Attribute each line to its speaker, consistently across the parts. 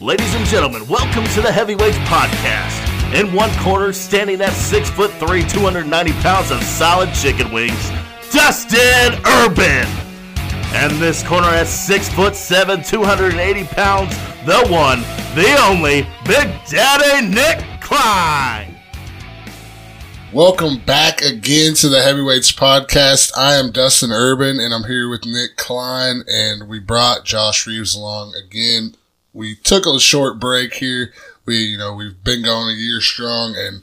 Speaker 1: Ladies and gentlemen, welcome to the Heavyweights Podcast. In one corner, standing at six foot three, 290 pounds of solid chicken wings, Dustin Urban. And this corner at six foot seven, 280 pounds, the one, the only, Big Daddy Nick Klein.
Speaker 2: Welcome back again to the Heavyweights Podcast. I am Dustin Urban and I'm here with Nick Klein and we brought Josh Reeves along again. We took a short break here. We, you know, we've been going a year strong and,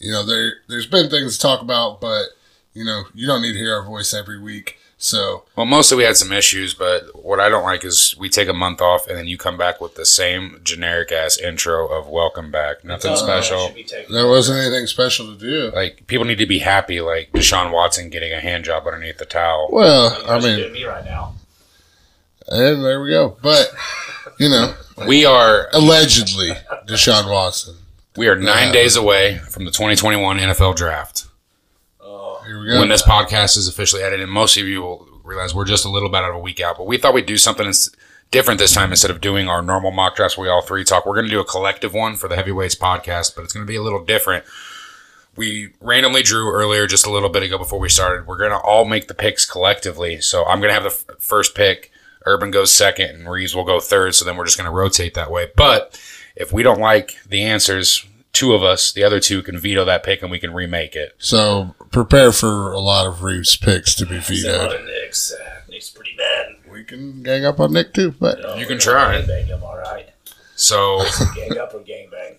Speaker 2: you know, there, there's been things to talk about, but, you know, you don't need to hear our voice every week. So,
Speaker 3: Well, mostly we had some issues, but what I don't like is we take a month off and then you come back with the same generic ass intro of welcome back, nothing special.
Speaker 2: there wasn't anything special to do.
Speaker 3: Like people need to be happy, like Deshaun Watson getting a hand job underneath the towel.
Speaker 2: Well, I mean,
Speaker 4: me right now.
Speaker 2: and there we go. But, you know,
Speaker 3: We are
Speaker 2: allegedly Deshaun Watson.
Speaker 3: we are nine days away from the 2021 NFL draft.
Speaker 2: Here we go.
Speaker 3: When this podcast is officially edited, most of you will realize we're just a little bit out of a week out, but we thought we'd do something ins- different this time instead of doing our normal mock drafts where we all three talk. We're going to do a collective one for the heavyweights podcast, but it's going to be a little different. We randomly drew earlier just a little bit ago before we started. We're going to all make the picks collectively. So I'm going to have the f- first pick. Urban goes second and Reeves will go third. So then we're just going to rotate that way. But if we don't like the answers, two of us, the other two can veto that pick and we can remake it.
Speaker 2: So prepare for a lot of Reeves picks to be
Speaker 4: A lot
Speaker 2: vetoed.
Speaker 4: of Knicks. Uh, Knicks pretty bad. Oh,
Speaker 2: We can gang up on Nick too, but
Speaker 3: You can try.
Speaker 4: Bang them all right.
Speaker 3: So
Speaker 4: Gang up or gang bang.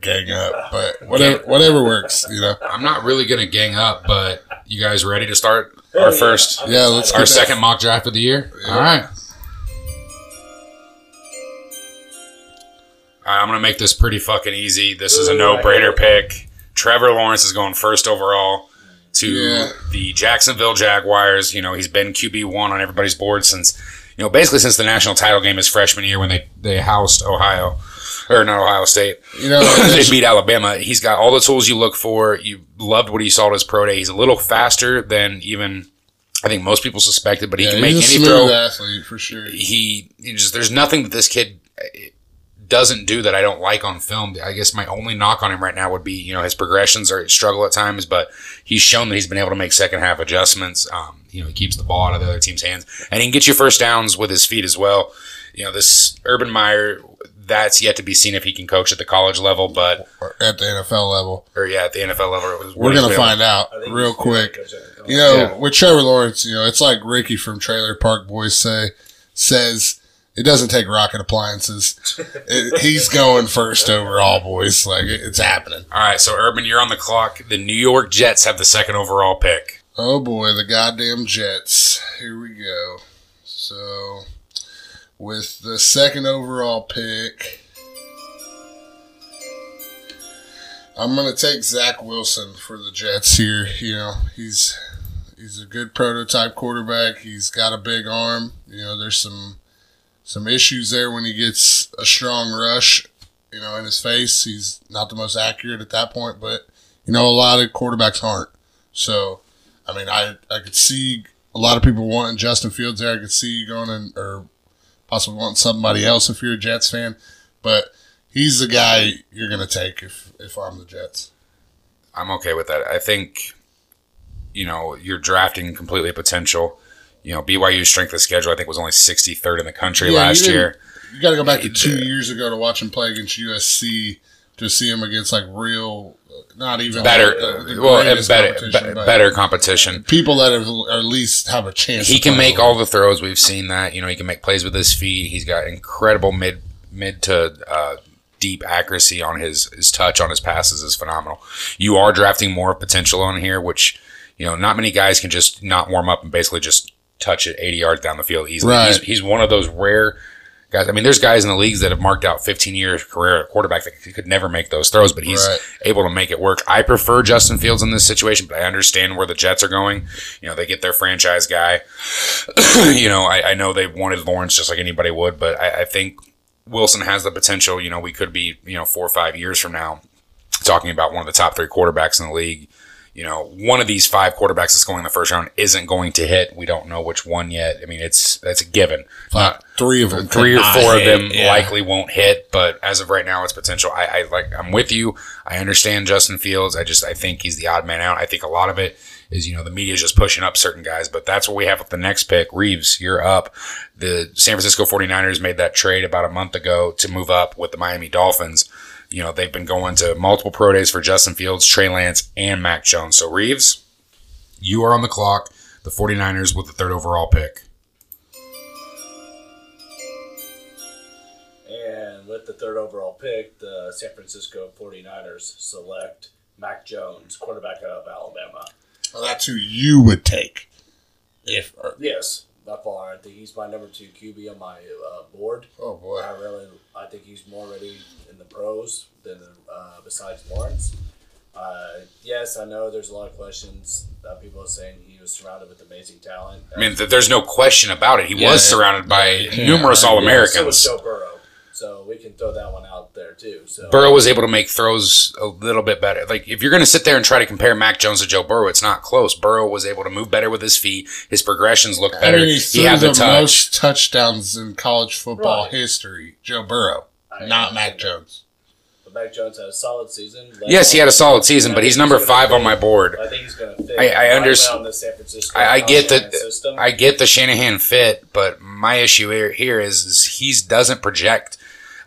Speaker 2: gang up, but whatever whatever works, you know.
Speaker 3: I'm not really going to gang up, but you guys ready to start our first,
Speaker 2: Yeah, let's get
Speaker 3: our
Speaker 2: that-
Speaker 3: second mock draft of the year? All right. All right, I'm going to make this pretty fucking easy. This is a no brainer pick. Trevor Lawrence is going first overall to
Speaker 2: Yeah.
Speaker 3: the Jacksonville Jaguars. You know, he's been QB1 on everybody's board since, you know, basically since the national title game his freshman year when they, they housed Ohio, or not Ohio State
Speaker 2: You know,
Speaker 3: they
Speaker 2: it's-
Speaker 3: beat Alabama. He's got all the tools you look for. You loved what he saw at his pro day. He's a little faster than even I think most people suspected, but he
Speaker 2: yeah,
Speaker 3: can make
Speaker 2: he's a
Speaker 3: any
Speaker 2: smooth
Speaker 3: throw.
Speaker 2: athlete for sure.
Speaker 3: He, he just there's nothing that this kid eh, doesn't do that I don't like on film. I guess my only knock on him right now would be you know his progressions are a struggle at times, but he's shown that he's been able to make second half adjustments. Um, you know he keeps the ball out of the other team's hands, and he can get you first downs with his feet as well. You know this Urban Meyer. That's yet to be seen if he can coach at the college level, but
Speaker 2: Or At the NFL level,
Speaker 3: or yeah, at the NFL level.
Speaker 2: we're gonna find out real quick. You know, with Trevor Lawrence, you know, it's like Ricky from Trailer Park Boys say says it doesn't take rocket appliances. It, he's going first overall, boys. Like it, it's happening.
Speaker 3: All right, so Urban, you're on the clock. The New York Jets have the second overall pick.
Speaker 2: Oh boy, the goddamn Jets. Here we go. So, with the second overall pick, I'm going to take Zach Wilson for the Jets here. You know, he's he's a good prototype quarterback. He's got a big arm. You know, there's some some issues there when he gets a strong rush, you know, in his face. He's not the most accurate at that point, but you know, a lot of quarterbacks aren't. So, I mean, I I could see a lot of people wanting Justin Fields there. I could see you going in, or possibly wanting somebody else if you're a Jets fan. But he's the guy you're gonna take if if I'm the Jets.
Speaker 3: I'm okay with that. I think, you know, you're drafting completely potential. You know, BYU's strength of schedule, I think, was only 63rd in the country
Speaker 2: Yeah, you
Speaker 3: last
Speaker 2: didn't-
Speaker 3: year.
Speaker 2: You got to go back to two years ago to watch him play against USC to see him against like real, not even
Speaker 3: Better, uh,
Speaker 2: like, uh, the- the
Speaker 3: well, and
Speaker 2: greatest
Speaker 3: better,
Speaker 2: competition,
Speaker 3: be-
Speaker 2: but
Speaker 3: better competition.
Speaker 2: people that have or at least have a chance.
Speaker 3: He
Speaker 2: to
Speaker 3: can
Speaker 2: play
Speaker 3: make
Speaker 2: with him.
Speaker 3: all the throws. We've seen that. You know, he can make plays with his feet. He's got incredible mid mid to uh, deep accuracy on his his touch on his passes is phenomenal. You are drafting more potential on here, which you know not many guys can just not warm up and basically just touch it 80 yards down the field easily.
Speaker 2: Right.
Speaker 3: He's, he's one of those rare guys. I mean, there's guys in the leagues that have marked out 15 year career at quarterback that c- could never make those throws, but he's
Speaker 2: Right.
Speaker 3: able to make it work. I prefer Justin Fields in this situation, but I understand where the Jets are going. You know, they get their franchise guy. you know, I, I know they wanted Lawrence just like anybody would, but I, I think Wilson has the potential. You know, we could be, you know, four or five years from now talking about one of the top three quarterbacks in the league. you know, one of these five quarterbacks that's going in the first round isn't going to hit. We don't know which one yet. I mean, it's that's a given.
Speaker 2: Like, three of them.
Speaker 3: Three or
Speaker 2: could
Speaker 3: four
Speaker 2: not
Speaker 3: of them
Speaker 2: hit. Yeah.
Speaker 3: likely won't hit, but as of right now, it's potential. I, I like. I'm with you. I understand Justin Fields. I just I think he's the odd man out. I think a lot of it is you know the media is just pushing up certain guys, but that's what we have with the next pick. Reeves, you're up. The San Francisco 49ers made that trade about a month ago to move up with the Miami Dolphins. You know they've been going to multiple pro days for Justin Fields, Trey Lance, and Mac Jones. So Reeves, you are on the clock. The 49ers with the third overall pick.
Speaker 4: And with the third overall pick, the San Francisco 49ers select Mac Jones, quarterback out of Alabama.
Speaker 2: Well, that's who you would take. If or-
Speaker 4: Yes, by far. I think he's my number two QB on my uh, board.
Speaker 2: oh boy,
Speaker 4: I really, I think he's more ready in the pros than uh, besides Lawrence. Uh, yes, I know there's a lot of questions that people are saying he was surrounded with amazing talent.
Speaker 3: I mean, th- there's no question about it. He
Speaker 2: Yeah,
Speaker 3: was
Speaker 2: it-
Speaker 3: surrounded by
Speaker 2: yeah,
Speaker 3: numerous
Speaker 2: yeah.
Speaker 3: All
Speaker 4: so was
Speaker 3: Americans.
Speaker 4: Joe Burrow, so we can throw that one out there too. So
Speaker 3: Burrow was able to make throws a little bit better. Like, if you're going to sit there and try to compare Mac Jones to Joe Burrow, it's not close. Burrow was able to move better with his feet. His progressions looked
Speaker 2: I
Speaker 3: better.
Speaker 2: mean, he
Speaker 3: he,
Speaker 2: threw
Speaker 3: had
Speaker 2: the
Speaker 3: the touch.
Speaker 2: most touchdowns in college football
Speaker 4: Right.
Speaker 2: history. Joe Burrow,
Speaker 4: I-
Speaker 2: not Mac Jones.
Speaker 4: But Mac Jones had a solid season.
Speaker 3: yes, he had a solid season, but he's number five on my board.
Speaker 4: I think he's going to fit.
Speaker 3: I- I
Speaker 4: right
Speaker 3: under-
Speaker 4: well in the San Francisco.
Speaker 3: I, I get
Speaker 4: Shanahan
Speaker 3: that.
Speaker 4: System.
Speaker 3: I get the Shanahan fit, but my issue here, here is, is he doesn't project.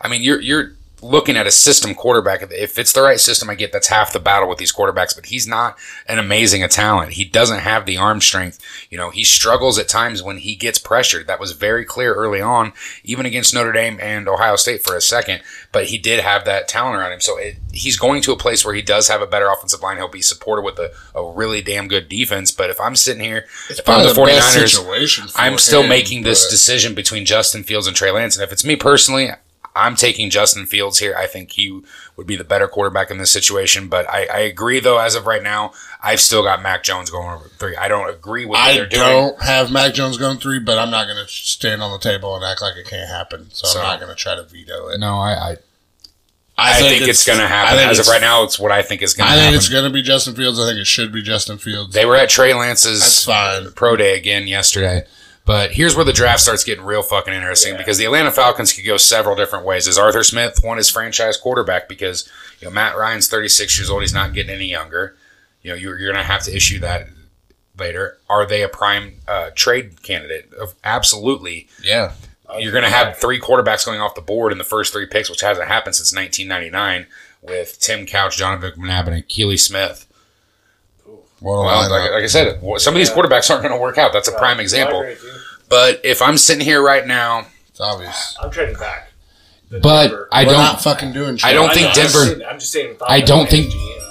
Speaker 3: I mean, you're you're looking at a system quarterback. If it's the right system, I get that's half the battle with these quarterbacks. But he's not an amazing a talent. He doesn't have the arm strength. You know, he struggles at times when he gets pressured. That was very clear early on, even against Notre Dame and Ohio State for a second. But he did have that talent around him. So it, he's going to a place where he does have a better offensive line. He'll be supported with a, a really damn good defense. But if I'm sitting here, if I'm the
Speaker 2: Probably best
Speaker 3: 49ers,
Speaker 2: situation for
Speaker 3: I'm still
Speaker 2: him,
Speaker 3: making this
Speaker 2: but-
Speaker 3: decision between Justin Fields and Trey Lance. And if it's me personally, I'm taking Justin Fields here. I think he would be the better quarterback in this situation. But I, I agree, though, as of right now, I've still got Mac Jones going over three. I don't agree with what
Speaker 2: I
Speaker 3: they're doing.
Speaker 2: don't have Mac Jones going three, but I'm not going to stand on the table and act like it can't happen. So,
Speaker 3: So-
Speaker 2: I'm not going to try to veto it.
Speaker 3: No, I, I, I, think, it's, going to
Speaker 2: I
Speaker 3: happen.
Speaker 2: think
Speaker 3: As of
Speaker 2: it's-
Speaker 3: right now, it's what I think is going
Speaker 2: I
Speaker 3: to
Speaker 2: think
Speaker 3: happen.
Speaker 2: it's going to be Justin Fields. I think it should be Justin Fields.
Speaker 3: they were at Trey
Speaker 2: That's
Speaker 3: Lance's
Speaker 2: fine.
Speaker 3: pro day again yesterday. But here's where the draft starts getting real fucking interesting
Speaker 4: Yeah.
Speaker 3: because the Atlanta Falcons could go several different ways. Is Arthur Smith one his franchise quarterback because you know Matt Ryan's 36 years old, he's not getting any younger. You know you're, you're going to have to issue that later. Are they a prime uh, trade candidate? Of- Absolutely.
Speaker 2: Yeah.
Speaker 3: You're going to have three quarterbacks going off the board in the first three picks, which hasn't happened since 1999 with Tim Couch, Donovan McNabb, and Keely Smith.
Speaker 2: Well,
Speaker 3: Well, like, like I said, some of these quarterbacks aren't going to work out. That's a
Speaker 4: Right.
Speaker 3: prime
Speaker 4: I
Speaker 3: example.
Speaker 4: agree with you.
Speaker 3: But if I'm sitting here right now,
Speaker 2: it's obvious.
Speaker 4: I'm trading back. The
Speaker 3: but
Speaker 4: Denver-
Speaker 3: I
Speaker 2: We're
Speaker 3: don't,
Speaker 2: not fucking doing shit.
Speaker 3: I don't think
Speaker 4: know,
Speaker 3: Denver-
Speaker 4: I'm just saying, I'm just saying
Speaker 3: I don't think-
Speaker 4: Falcons GM.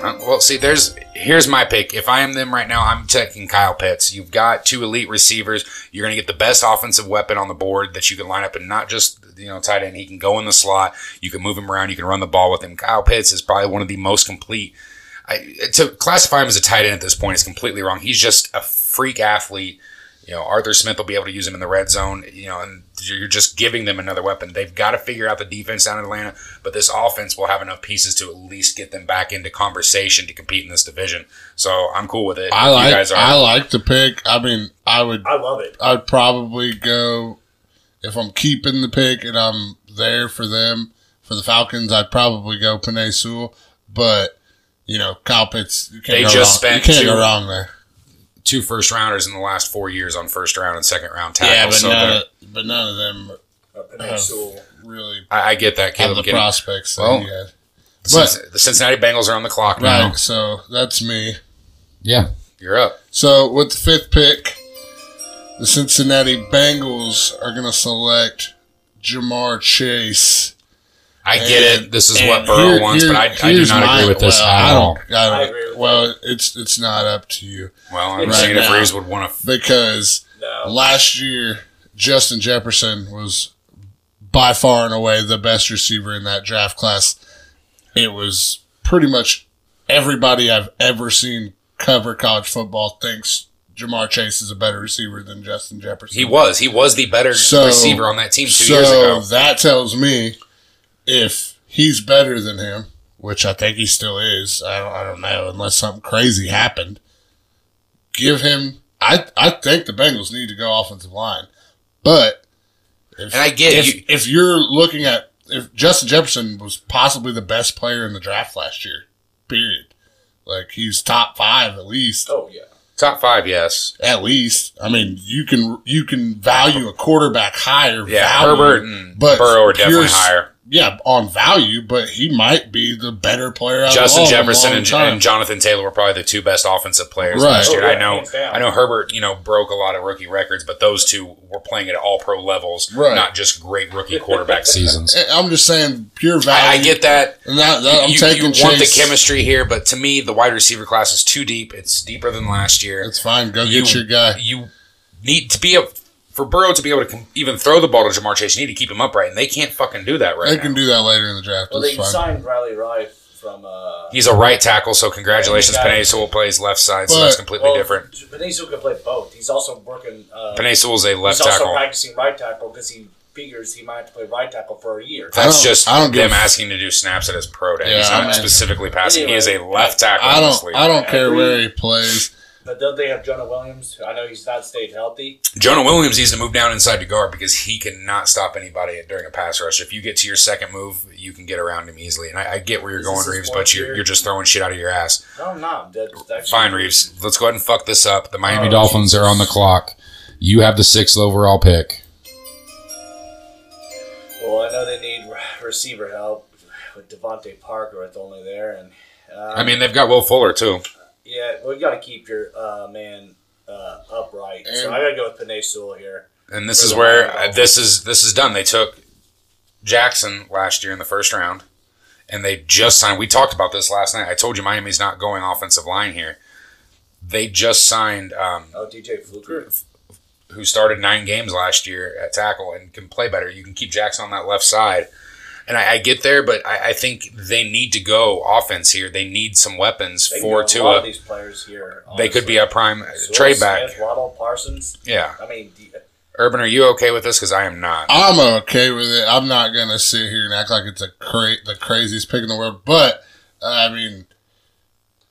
Speaker 3: uh, well, see, there's here's my pick. If I am them right now, I'm taking Kyle Pitts. You've got two elite receivers. You're going to get the best offensive weapon on the board that you can line up, and not just you know tight end. He can go in the slot. You can move him around. You can run the ball with him. Kyle Pitts is probably one of the most complete. I, to classify him as a tight end at this point is completely wrong. He's just a freak athlete. You know, Arthur Smith will be able to use him in the red zone. You know, and you're just giving them another weapon. They've got to figure out the defense down in Atlanta, but this offense will have enough pieces to at least get them back into conversation to compete in this division. So I'm cool with it.
Speaker 2: I
Speaker 3: You
Speaker 2: like.
Speaker 3: guys are-
Speaker 2: I like the pick. I mean, I would.
Speaker 4: I love it.
Speaker 2: I'd probably go if I'm keeping the pick and I'm there for them for the Falcons. I'd probably go Panay Sewell, but you know, Kyle Pitts. You can't
Speaker 3: They
Speaker 2: go
Speaker 3: just
Speaker 2: wrong.
Speaker 3: spent
Speaker 2: you can't
Speaker 3: two-
Speaker 2: go wrong there.
Speaker 3: two first rounders in the last four years on first round and second round tackles.
Speaker 2: Yeah, but
Speaker 3: so
Speaker 2: none.
Speaker 3: they're-
Speaker 2: Of, but none of them
Speaker 3: Oh.
Speaker 4: Uh, Panay Sewell.
Speaker 2: really
Speaker 3: I, I get that,
Speaker 2: have
Speaker 3: Caleb.
Speaker 2: the
Speaker 3: getting-
Speaker 2: prospects that
Speaker 3: Well,
Speaker 2: he had.
Speaker 3: Cin- the Cincinnati Bengals are on the clock
Speaker 2: Right.
Speaker 3: now.
Speaker 2: So that's me.
Speaker 3: Yeah, you're up.
Speaker 2: So with the fifth pick, the Cincinnati Bengals are going to select Jamar Chase.
Speaker 3: I get
Speaker 2: And-
Speaker 3: it. This is
Speaker 2: and
Speaker 3: what Burrow
Speaker 2: here-
Speaker 3: wants,
Speaker 2: here-
Speaker 3: but I, I do
Speaker 2: here's
Speaker 3: not
Speaker 2: my-
Speaker 3: agree with this
Speaker 2: well,
Speaker 3: at
Speaker 2: I don't-
Speaker 3: all.
Speaker 2: I don't-
Speaker 4: I agree with
Speaker 2: well, it's it's not up to you
Speaker 3: Well, I'm
Speaker 2: Right
Speaker 3: seeing if
Speaker 2: now.
Speaker 3: Reeves would want to.
Speaker 2: because
Speaker 4: No.
Speaker 2: last year Justin Jefferson was by far and away the best receiver in that draft class. It was pretty much everybody I've ever seen cover college football thinks Jamar Chase is a better receiver than Justin Jefferson.
Speaker 3: He was. He was the better
Speaker 2: So-
Speaker 3: receiver on that team two
Speaker 2: so
Speaker 3: years ago.
Speaker 2: that tells me if he's better than him, which I think he still is. I don't, I don't know unless something crazy happened. Give him. I I think the Bengals need to go offensive line, but if,
Speaker 3: And I get
Speaker 2: if,
Speaker 3: you-
Speaker 2: if you're looking at if Justin Jefferson was possibly the best player in the draft last year, period. Like he's top five at least.
Speaker 4: Oh yeah.
Speaker 3: Top five, yes.
Speaker 2: At least, I mean, you can you can value a quarterback higher.
Speaker 3: Yeah,
Speaker 2: value,
Speaker 3: Herbert and
Speaker 2: but
Speaker 3: Burrow are definitely
Speaker 2: pure s-
Speaker 3: higher.
Speaker 2: yeah, on value, but he might be the better player. Out
Speaker 3: Justin
Speaker 2: of all in a
Speaker 3: Jefferson
Speaker 2: long
Speaker 3: and,
Speaker 2: time.
Speaker 3: and Jonathan Taylor were probably the two best offensive players
Speaker 2: Right.
Speaker 3: last year.
Speaker 4: Oh, yeah,
Speaker 3: I know,
Speaker 4: hands down.
Speaker 3: I know Herbert, you know, broke a lot of rookie records, but those two were playing at all pro levels,
Speaker 2: Right.
Speaker 3: not just great rookie quarterback seasons.
Speaker 2: I- Eh, I'm just saying pure value.
Speaker 3: I, I get that.
Speaker 2: And that, that- Uh, I'm
Speaker 3: you,
Speaker 2: taking
Speaker 3: you want the
Speaker 2: Chase.
Speaker 3: chemistry here, but to me, the wide receiver class is too deep. It's deeper than last year.
Speaker 2: It's fine. Go get your guy.
Speaker 3: You need to be a for Burrow to be able to com- even throw the ball to Jamar Chase. You need to keep him upright, and they can't fucking do that right
Speaker 2: They
Speaker 3: now.
Speaker 2: can do that later in the draft.
Speaker 4: Well, they
Speaker 2: it's
Speaker 4: can
Speaker 2: fine.
Speaker 4: sign Riley Rife from. Uh,
Speaker 3: He's a right tackle, so congratulations,
Speaker 4: Yeah,
Speaker 3: Panay
Speaker 4: they got-
Speaker 3: Sewell plays left side, so
Speaker 2: But-
Speaker 3: that's completely different.
Speaker 4: Benicio can play both. He's also working. Uh,
Speaker 3: Panay Sewell's a left
Speaker 4: he's also
Speaker 3: tackle.
Speaker 4: practicing right tackle because he figures he might have to play right tackle for a year.
Speaker 2: I
Speaker 3: That's
Speaker 2: don't-
Speaker 3: just
Speaker 2: I don't give
Speaker 3: them
Speaker 2: a f-
Speaker 3: asking to do snaps at his pro day.
Speaker 2: Yeah,
Speaker 3: He's not
Speaker 2: I'm-
Speaker 3: specifically passing. he is a
Speaker 4: Anyway,
Speaker 3: left tackle.
Speaker 2: I
Speaker 3: in
Speaker 2: don't.
Speaker 3: this league.
Speaker 2: I don't
Speaker 4: I
Speaker 2: care
Speaker 4: agree.
Speaker 2: where he plays.
Speaker 4: But don't they have Jonah Williams? I know he's not stayed healthy.
Speaker 3: Jonah Williams needs to move down inside to guard because he cannot stop anybody during a pass rush. If you get to your second move, you can get around him easily. And I, I get where you're
Speaker 4: Is
Speaker 3: going,
Speaker 4: this his
Speaker 3: Reeves,
Speaker 4: fourth
Speaker 3: but you're,
Speaker 4: year?
Speaker 3: you're just throwing shit out of your ass.
Speaker 4: No, I'm not. That's actually-
Speaker 3: Fine, Reeves. Let's go ahead and fuck this up. The Miami
Speaker 4: Oh,
Speaker 3: Dolphins are on the clock. You have the sixth overall pick.
Speaker 4: Well, I know they need re- receiver help with Devontae Parker. It's only there, and uh,
Speaker 3: I mean, they've got Will Fuller too.
Speaker 4: yeah, well, you got to keep your uh, man uh, upright. so
Speaker 2: And-
Speaker 4: I got to go with Panay Sewell here.
Speaker 3: and this
Speaker 4: For
Speaker 3: is
Speaker 4: the
Speaker 3: where
Speaker 4: Miami
Speaker 3: uh, this is this is done. They took Jackson last year in the first round, and they just signed. We talked about this last night. I told you Miami's not going offensive line here. They just signed um,
Speaker 4: Oh, DJ Fluker.
Speaker 3: who started nine games last year at tackle and can play better. You can keep Jackson on that left side. And I, I get there, but I, I think they need to go offense here. They need some weapons
Speaker 4: They can
Speaker 3: for
Speaker 4: get a lot of
Speaker 3: Tua.
Speaker 4: these players here.
Speaker 3: They could be a prime uh,
Speaker 4: honestly.
Speaker 3: trade
Speaker 4: Sewell,
Speaker 3: back.
Speaker 4: Smith, Waddle, Parsons.
Speaker 3: Yeah.
Speaker 4: I mean, d-
Speaker 3: Urban, are you okay with this? Because I am not.
Speaker 2: I'm okay with it. I'm not gonna sit here and act like it's a cra- the craziest pick in the world. But I mean,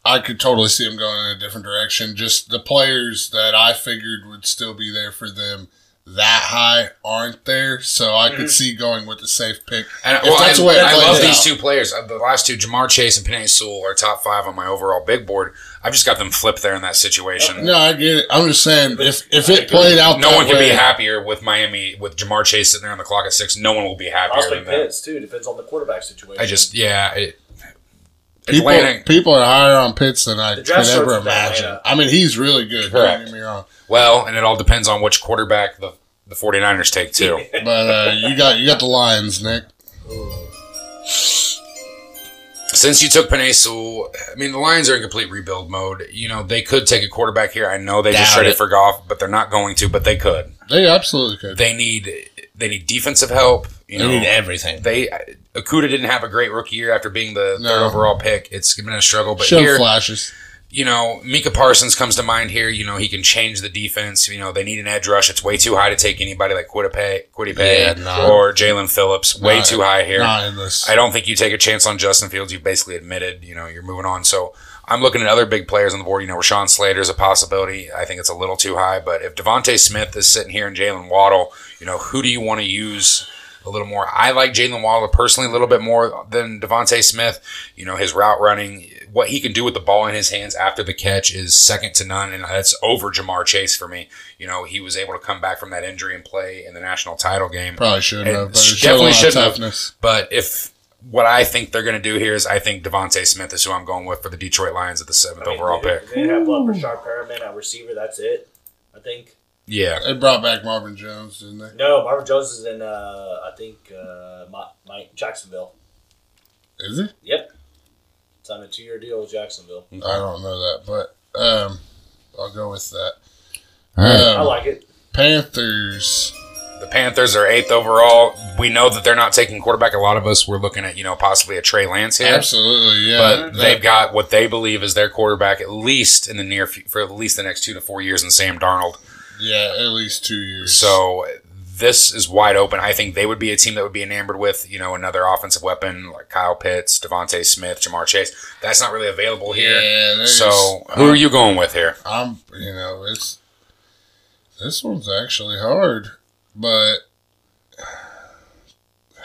Speaker 2: I could totally see him going in a different direction. Just the players that I figured would still be there for them that high aren't there, so I
Speaker 3: Mm-hmm.
Speaker 2: could see going with the safe pick.
Speaker 3: And,
Speaker 2: If
Speaker 3: well,
Speaker 2: that's
Speaker 3: and
Speaker 2: the way it
Speaker 3: I
Speaker 2: plays
Speaker 3: love
Speaker 2: out.
Speaker 3: these two players. Uh, The last two, Jamar Chase and Panay Sewell, are top five on my overall big board. I've just got them flipped there in that situation.
Speaker 2: No, I get it. I'm just saying if if it played out,
Speaker 3: No
Speaker 2: that
Speaker 3: one can
Speaker 2: way-
Speaker 3: be happier with Miami with Jamar Chase sitting there on the clock at six. No one will be happier
Speaker 4: possibly
Speaker 3: than that.
Speaker 4: Pitts too. Depends on the quarterback situation.
Speaker 3: I just yeah. It,
Speaker 2: People,
Speaker 3: Atlanta.
Speaker 2: people are higher on Pitts than I
Speaker 4: The
Speaker 2: could
Speaker 4: draft
Speaker 2: ever
Speaker 4: starts with
Speaker 2: imagine.
Speaker 4: Atlanta.
Speaker 2: I mean, he's really good.
Speaker 3: Correct.
Speaker 2: Don't get me wrong.
Speaker 3: Well, and it all depends on which quarterback the the 49ers take too.
Speaker 2: But uh, you got you got the Lions, Nick.
Speaker 3: Since you took Panay Sewell, I mean the Lions are in complete rebuild mode. You know they could take a quarterback here. I know they just
Speaker 2: Doubt
Speaker 3: traded
Speaker 2: it.
Speaker 3: for Goff, but they're not going to. But they could.
Speaker 2: They absolutely could.
Speaker 3: They need they need defensive help. You know,
Speaker 2: everything.
Speaker 3: they Akuda didn't have a great rookie year after being the
Speaker 2: No.
Speaker 3: third overall pick. It's been a struggle, but
Speaker 2: Show
Speaker 3: here,
Speaker 2: flashes.
Speaker 3: you know, Mika Parsons comes to mind here. You know, he can change the defense. You know, they need an edge rush. It's way too high to take anybody like Quiddipay,
Speaker 2: Yeah,
Speaker 3: Quiddipay
Speaker 2: no.
Speaker 3: or Jalen Phillips. Way
Speaker 2: Not-
Speaker 3: too high here.
Speaker 2: Not in this.
Speaker 3: I don't think you take a chance on Justin Fields. You basically admitted, you know, you're moving on. So I'm looking at other big players on the board. You know, Rashawn Slater is a possibility. I think it's a little too high. But if Devontae Smith is sitting here and Jalen Waddle, you know, who do you want to use a little more? I like Jalen Waddle personally a little bit more than Devontae Smith. You know, his route running, what he can do with the ball in his hands after the catch is second to none. And that's over Jamar Chase for me. You know, he was able to come back from that injury and play in the national title game.
Speaker 2: Probably shouldn't
Speaker 3: And
Speaker 2: have. But it
Speaker 3: sh-
Speaker 2: showed
Speaker 3: definitely
Speaker 2: a lot of
Speaker 3: shouldn't have.
Speaker 2: toughness.
Speaker 3: But if what I think they're going to do here is, I think Devonte Smith is who I'm going with for the Detroit Lions at the
Speaker 4: I
Speaker 3: seventh
Speaker 4: mean,
Speaker 3: overall
Speaker 4: they,
Speaker 3: pick.
Speaker 4: They have love for Sharp Perriman at receiver. That's it. I think.
Speaker 3: Yeah,
Speaker 2: They brought back Marvin Jones, didn't they?
Speaker 4: No, Marvin Jones is in. Uh, I think uh, my, my Jacksonville.
Speaker 2: Is it?
Speaker 4: Yep. It's on a two-year deal with Jacksonville.
Speaker 2: I don't know that, but um, I'll go with that.
Speaker 3: All right.
Speaker 4: I
Speaker 2: Um,
Speaker 4: like it.
Speaker 2: Panthers.
Speaker 3: the Panthers are eighth overall. We know that they're not taking quarterback. A lot of us were looking at you know possibly a Trey Lance here,
Speaker 2: Absolutely, yeah.
Speaker 3: but
Speaker 2: That-
Speaker 3: they've got what they believe is their quarterback at least in the near fu- for at least the next two to four years in Sam Darnold.
Speaker 2: yeah, at least two years.
Speaker 3: So this is wide open. I think they would be a team that would be enamored with, you know, another offensive weapon like Kyle Pitts, Devontae Smith, Jamar Chase. That's not really available here.
Speaker 2: Yeah, there's- uh,
Speaker 3: so who are you going with here?
Speaker 2: I'm, you know, it's this one's actually hard, but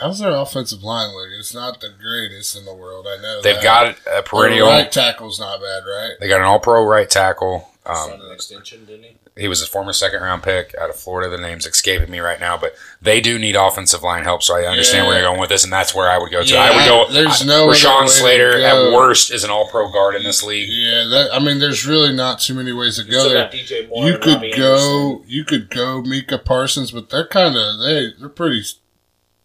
Speaker 2: how's their offensive line look? It's not the greatest in the world. I know
Speaker 3: They've
Speaker 2: that.
Speaker 3: got a
Speaker 2: Their
Speaker 3: perennial.
Speaker 2: right tackle's not bad, right?
Speaker 3: They got an all-pro right tackle.
Speaker 4: Signed
Speaker 3: Um,
Speaker 4: an extension, didn't he?
Speaker 3: he was a former second-round pick out of Florida. The name's escaping me right now, but they do need offensive line help. So I understand
Speaker 2: Yeah.
Speaker 3: where you're going with this, and that's where I would go to.
Speaker 2: Yeah,
Speaker 3: I would go.
Speaker 2: there's
Speaker 3: I-
Speaker 2: no other way
Speaker 3: Rashawn
Speaker 2: to
Speaker 3: Slater at
Speaker 2: go.
Speaker 3: worst is an all-pro guard in this league.
Speaker 2: Yeah, that, I mean, there's really not too many ways to
Speaker 4: You
Speaker 2: go
Speaker 4: still
Speaker 2: there.
Speaker 4: got DJ Moore.
Speaker 2: You
Speaker 4: and
Speaker 2: could
Speaker 4: Robbie Anderson.
Speaker 2: go, you could go Mika Parsons, but they're kind of they they're pretty,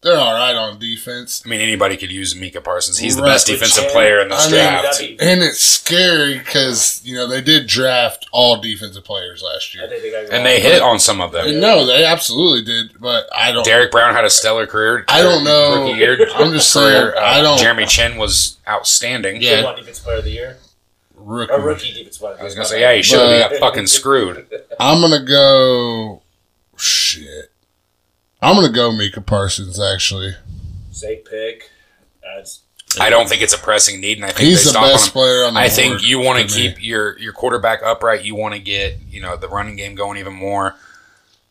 Speaker 2: they're all right on defense.
Speaker 3: I mean, anybody could use Mika Parsons. He's the
Speaker 2: Right,
Speaker 3: best
Speaker 4: but
Speaker 3: defensive
Speaker 4: Chan-
Speaker 3: player in
Speaker 2: I
Speaker 3: this
Speaker 2: mean,
Speaker 3: draft.
Speaker 4: that'd be-
Speaker 2: And it's scary because you know they did draft all defensive players last
Speaker 4: I
Speaker 2: year.
Speaker 4: think they got
Speaker 3: and they hit on some of them.
Speaker 2: No, they absolutely did, but I don't.
Speaker 3: Derek Brown had a stellar career.
Speaker 2: I don't know.
Speaker 3: Rookie year.
Speaker 2: I'm just
Speaker 3: career.
Speaker 2: saying. I
Speaker 3: Uh,
Speaker 2: don't.
Speaker 3: Jeremy Chin was outstanding.
Speaker 2: Yeah.
Speaker 4: One defense player of the year.
Speaker 2: Rookie.
Speaker 4: Or rookie defense player. Of
Speaker 3: I
Speaker 4: the year.
Speaker 3: was gonna say, yeah, he should have. He
Speaker 2: But-
Speaker 3: got fucking screwed.
Speaker 2: I'm gonna go. Shit. I'm gonna go Mika Parsons. Actually,
Speaker 4: Say pick. That's
Speaker 3: I don't think it's a pressing need, and I think
Speaker 2: he's
Speaker 3: they
Speaker 2: the
Speaker 3: stop on
Speaker 2: best
Speaker 3: him.
Speaker 2: player on the
Speaker 3: I
Speaker 2: board
Speaker 3: think you want
Speaker 2: for
Speaker 3: to
Speaker 2: me.
Speaker 3: keep your your quarterback upright. You want to get you know the running game going even more.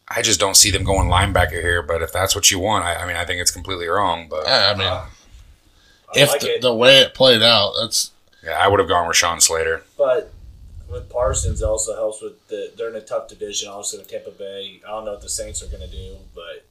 Speaker 3: I just don't see them going linebacker here. But if that's what you want, I, I mean, I think it's completely wrong. But
Speaker 2: Yeah, I mean,
Speaker 4: Uh, I
Speaker 2: if
Speaker 4: like
Speaker 2: the,
Speaker 4: it.
Speaker 2: the way it played out, that's
Speaker 3: yeah, I would have gone with Sean Slater.
Speaker 4: But with Parsons, it also helps with the. They're in a tough division, also with Tampa Bay. I don't know what the Saints are going to do, but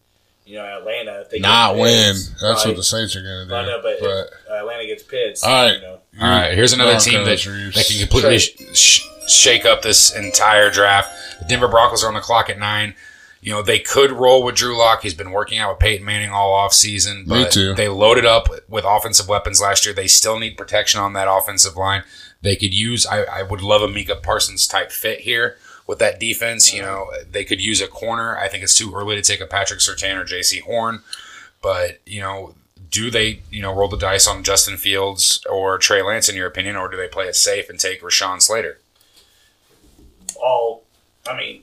Speaker 4: you know Atlanta. If they get
Speaker 2: not
Speaker 4: Pitts,
Speaker 2: win. That's
Speaker 4: right?
Speaker 2: what the Saints are gonna do.
Speaker 4: I know, but,
Speaker 2: but
Speaker 4: if Atlanta gets Pitts.
Speaker 2: All right.
Speaker 4: You know,
Speaker 3: All right, here's another team that,
Speaker 2: Broncos, Reeves.
Speaker 3: that can completely sh- sh- shake up this entire draft. The Denver Broncos are on the clock at nine. You know, they could roll with Drew Lock. He's been working out with Peyton Manning all offseason,
Speaker 2: Me
Speaker 3: but
Speaker 2: too.
Speaker 3: they loaded up with offensive weapons last year. They still need protection on that offensive line. They could use, I, I would love a Mika Parsons type fit here with that defense. You know, they could use a corner. I think it's too early to take a Patrick Sertan or JC Horn, but, you know, do they, you know, roll the dice on Justin Fields or Trey Lance in your opinion, or do they play it safe and take Rashawn Slater?
Speaker 4: all. I mean,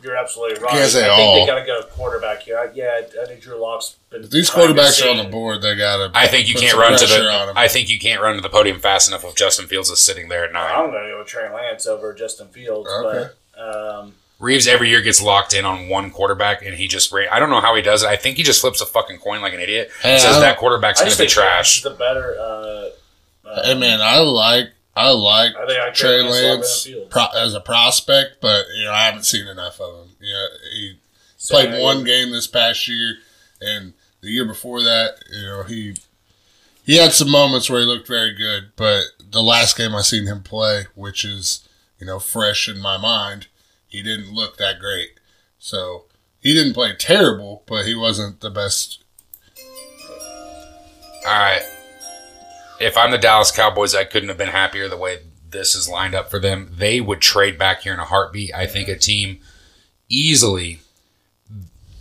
Speaker 4: you're absolutely right.
Speaker 2: can't say
Speaker 4: I think
Speaker 2: all.
Speaker 4: they got to go quarterback here. I, yeah, I think Drew Lock's been.
Speaker 2: if these
Speaker 4: kinda
Speaker 2: quarterbacks are
Speaker 4: seen-
Speaker 2: on the board. They gotta.
Speaker 3: I think you
Speaker 2: put
Speaker 3: can't
Speaker 2: some
Speaker 3: run to
Speaker 2: pressure on
Speaker 3: the.
Speaker 2: 'em.
Speaker 3: I think you can't run to the podium fast enough if Justin Fields is sitting there at nine.
Speaker 4: I'm going to go with Trey Lance over Justin Fields,
Speaker 2: Okay.
Speaker 4: but um,
Speaker 3: Reeves every year gets locked in on one quarterback, and he just. ra- I don't know how he does it. I think he just flips a fucking coin like an idiot.
Speaker 2: Hey, I
Speaker 3: says
Speaker 2: don't-
Speaker 3: that quarterback's
Speaker 4: I
Speaker 3: going to
Speaker 4: just
Speaker 3: be
Speaker 4: think Lance is
Speaker 3: trash.
Speaker 4: The better. Uh, uh,
Speaker 2: Hey man, I like I like
Speaker 4: I think I
Speaker 2: Trey
Speaker 4: care less about
Speaker 2: Lance
Speaker 4: Fields.
Speaker 2: pro- as a prospect, but you know I haven't seen enough of him. You know, he
Speaker 4: so,
Speaker 2: played
Speaker 4: yeah,
Speaker 2: one game this past year, and the year before that, you know he he had some moments where he looked very good, but the last game I seen him play, which is you know fresh in my mind, he didn't look that great. So he didn't play terrible, but he wasn't the best.
Speaker 3: All right. If I'm the Dallas Cowboys, I couldn't have been happier the way this is lined up for them. They would trade back here in a heartbeat. I think a team easily,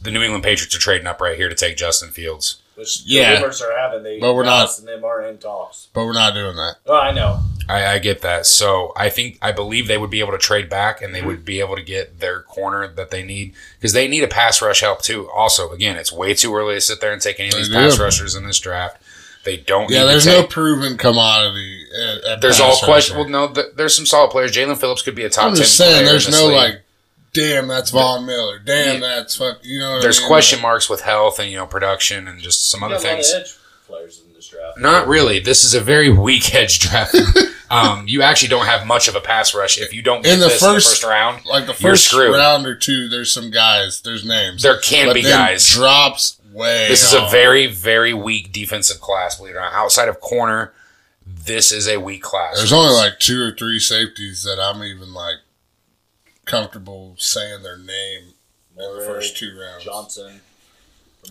Speaker 3: the New England Patriots are trading up right here to take Justin Fields.
Speaker 4: Which
Speaker 2: Yeah.
Speaker 4: the rumors are having. They
Speaker 2: But we're not-
Speaker 4: Dallas And them are in talks.
Speaker 2: But we're not doing that.
Speaker 4: Oh, I know.
Speaker 3: I, I get that. So I think, I believe they would be able to trade back and they
Speaker 2: Mm-hmm.
Speaker 3: would be able to get their corner that they need because they need a pass rush help too. Also, again, it's way too early to sit there and take any of
Speaker 2: They
Speaker 3: these pass
Speaker 2: do.
Speaker 3: rushers in this draft. They don't
Speaker 2: Yeah,
Speaker 3: need
Speaker 2: there's
Speaker 3: to take.
Speaker 2: no proven commodity. At, at
Speaker 3: There's
Speaker 2: pass
Speaker 3: all
Speaker 2: rusher.
Speaker 3: question. Well, no, th- there's some solid players. Jalen Phillips could be a top.
Speaker 2: I'm just
Speaker 3: 10
Speaker 2: saying,
Speaker 3: player
Speaker 2: there's
Speaker 3: in this
Speaker 2: no
Speaker 3: league.
Speaker 2: like, damn, that's Von Miller. Damn, that's fuck. You know, what I
Speaker 3: There's
Speaker 2: mean?
Speaker 3: question marks with health and you know production and just some
Speaker 4: You
Speaker 3: other
Speaker 4: got a lot of
Speaker 3: things.
Speaker 4: edge players in this draft.
Speaker 3: Not really. This is a very weak edge draft. um, you actually don't have much of a pass rush if you don't get
Speaker 2: In the
Speaker 3: this
Speaker 2: first-
Speaker 3: in the first round.
Speaker 2: Like the
Speaker 3: You're
Speaker 2: first
Speaker 3: screwed.
Speaker 2: round or two, there's some guys. There's names.
Speaker 3: There can
Speaker 2: But
Speaker 3: be
Speaker 2: then
Speaker 3: guys.
Speaker 2: Drops way.
Speaker 3: This is a
Speaker 2: off.
Speaker 3: very very weak defensive class. Believe it or not, outside of corner, this is a weak class.
Speaker 2: There's only like two or three safeties that I'm even like comfortable saying their name in the
Speaker 4: Murray,
Speaker 2: first two rounds.
Speaker 4: Johnson.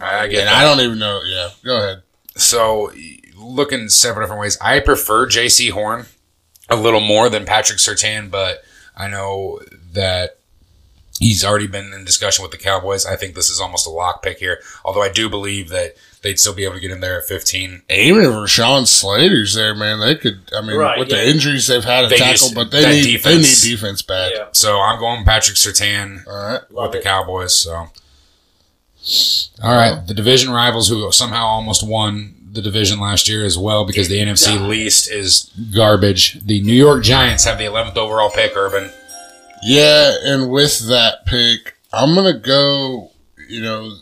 Speaker 3: I, I get
Speaker 2: And
Speaker 3: that.
Speaker 2: I don't even know. Yeah, go ahead.
Speaker 3: So, looking several different ways, I prefer J.C. Horn a little more than Patrick Sertan, but I know that he's already been in discussion with the Cowboys. I think this is almost a lock pick here, although I do believe that they'd still be able to get in there at 15.
Speaker 2: Even if Rashawn Slater's there, man, they could. I mean,
Speaker 4: Right,
Speaker 2: with
Speaker 4: yeah.
Speaker 2: the injuries they've had at
Speaker 3: They
Speaker 2: tackle,
Speaker 3: just-
Speaker 2: but they
Speaker 3: that
Speaker 2: need
Speaker 3: defense.
Speaker 2: they need defense back.
Speaker 4: Yeah.
Speaker 3: So, I'm going Patrick Sertan
Speaker 2: All right.
Speaker 3: with
Speaker 4: Love
Speaker 3: the
Speaker 4: it.
Speaker 3: Cowboys. So, All right, the division rivals who somehow almost won the division last year as well because the NFC least is garbage. The New York Giants have the 11th overall pick, Urban.
Speaker 2: Yeah, and with that pick, I'm gonna go. You know,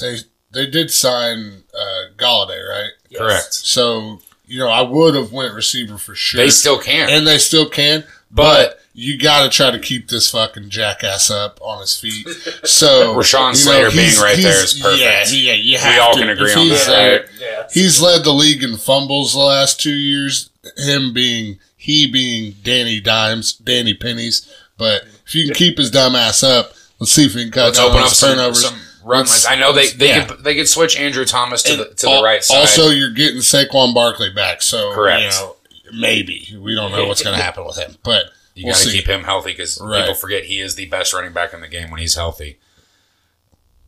Speaker 2: they they did sign uh, Galladay, right?
Speaker 4: Yes.
Speaker 3: Correct.
Speaker 2: So you know, I would have went receiver for sure.
Speaker 3: They still can.
Speaker 2: and they still can,
Speaker 3: But-
Speaker 2: but. you gotta try to keep this fucking jackass up on his feet. So
Speaker 3: Rashawn
Speaker 2: you
Speaker 3: Slater being
Speaker 2: he's-
Speaker 3: right there
Speaker 2: he's-
Speaker 3: is perfect.
Speaker 2: Yeah, yeah, you have
Speaker 3: all
Speaker 2: to.
Speaker 3: can agree
Speaker 2: If
Speaker 3: on
Speaker 2: he's
Speaker 3: that,
Speaker 2: there,
Speaker 3: right?
Speaker 4: Yeah. it's-
Speaker 2: He's led the league in fumbles the last two years. Him being he being Danny Dimes, Danny Pennies. But if you can keep his dumb ass up, let's see if we can cut
Speaker 3: Let's
Speaker 2: down
Speaker 3: open
Speaker 2: on
Speaker 3: up
Speaker 2: his
Speaker 3: some,
Speaker 2: turnovers.
Speaker 3: some run
Speaker 2: Let's-
Speaker 3: lanes. I know they they
Speaker 2: yeah.
Speaker 3: could they could switch Andrew Thomas to the to the
Speaker 2: Al-
Speaker 3: right side.
Speaker 2: Also, you're getting Saquon Barkley back, so
Speaker 3: Correct.
Speaker 2: You know, maybe we don't know what's going to happen with him, but
Speaker 3: you
Speaker 2: we'll
Speaker 3: got to
Speaker 2: see.
Speaker 3: keep him healthy because
Speaker 2: Right.
Speaker 3: people forget he is the best running back in the game when he's healthy.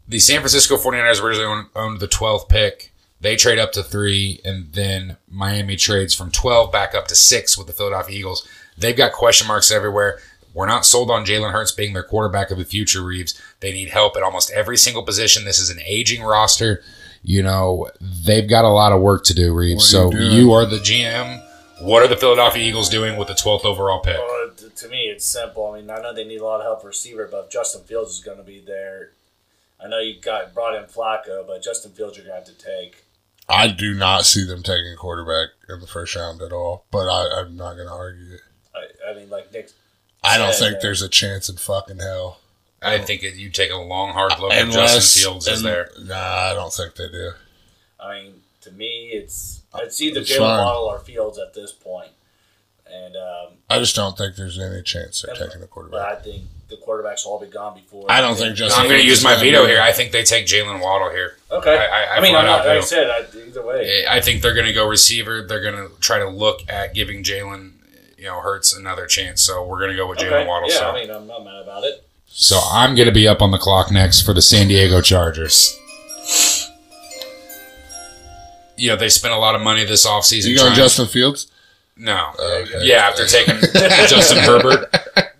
Speaker 3: The San Francisco 49ers originally owned, owned the 12th pick. They trade up to three, and then Miami trades from 12 back up to six with the Philadelphia Eagles. They've got question marks everywhere. We're not sold on Jalen Hurts being their quarterback of the future, Reeves. They need help at almost every single position. This is an aging roster. You know, they've got a lot of work to do, Reeves.
Speaker 2: What are
Speaker 3: So
Speaker 2: you
Speaker 3: you,
Speaker 2: doing?
Speaker 3: are the GM. What are the Philadelphia Eagles doing with the 12th overall pick?
Speaker 4: Well, t- to me, it's simple. I mean, I know they need a lot of help receiver, but if Justin Fields is going to be there. I know you got brought in Flacco, but Justin Fields you're going to have to take.
Speaker 2: I do not see them taking a quarterback in the first round at all, but I, I'm not going to argue it.
Speaker 4: I, I mean, like Nick.
Speaker 2: I don't
Speaker 4: Yeah,
Speaker 2: think
Speaker 4: yeah.
Speaker 2: there's a chance in fucking hell.
Speaker 3: I think it, you take a long, hard look at
Speaker 2: Unless-
Speaker 3: Justin Fields is
Speaker 2: un-
Speaker 3: there.
Speaker 2: Nah, I don't think they do.
Speaker 4: I mean, to me, it's it's either
Speaker 2: It's
Speaker 4: Jalen
Speaker 2: fine.
Speaker 4: Waddle or Fields at this point. And um,
Speaker 2: I just don't think there's any chance they're taking a
Speaker 4: but
Speaker 2: quarterback.
Speaker 4: I think the quarterbacks will all be gone before.
Speaker 2: I don't think Justin.
Speaker 3: I'm going to
Speaker 2: Fields
Speaker 3: use
Speaker 2: is
Speaker 3: my
Speaker 2: gonna
Speaker 3: veto
Speaker 2: be-
Speaker 3: here. I think they take Jalen Waddle here.
Speaker 4: Okay.
Speaker 3: I- I- I
Speaker 4: mean,
Speaker 3: flat
Speaker 4: I'm not,
Speaker 3: out
Speaker 4: like I
Speaker 3: do.
Speaker 4: said, I, either way.
Speaker 3: I I think they're going to go receiver. They're going to try to look at giving Jalen, you know, Hurts another chance. So we're going to go with Jalen
Speaker 4: okay.
Speaker 3: Waddle.
Speaker 4: yeah,
Speaker 3: so.
Speaker 4: I mean, I'm not mad about it.
Speaker 3: so I'm going to be up on the clock next for the San Diego Chargers. Yeah, they spent a lot of money this offseason.
Speaker 2: You going
Speaker 3: trying-
Speaker 2: Justin Fields?
Speaker 3: No.
Speaker 2: Okay.
Speaker 3: Yeah, after taking Justin Herbert,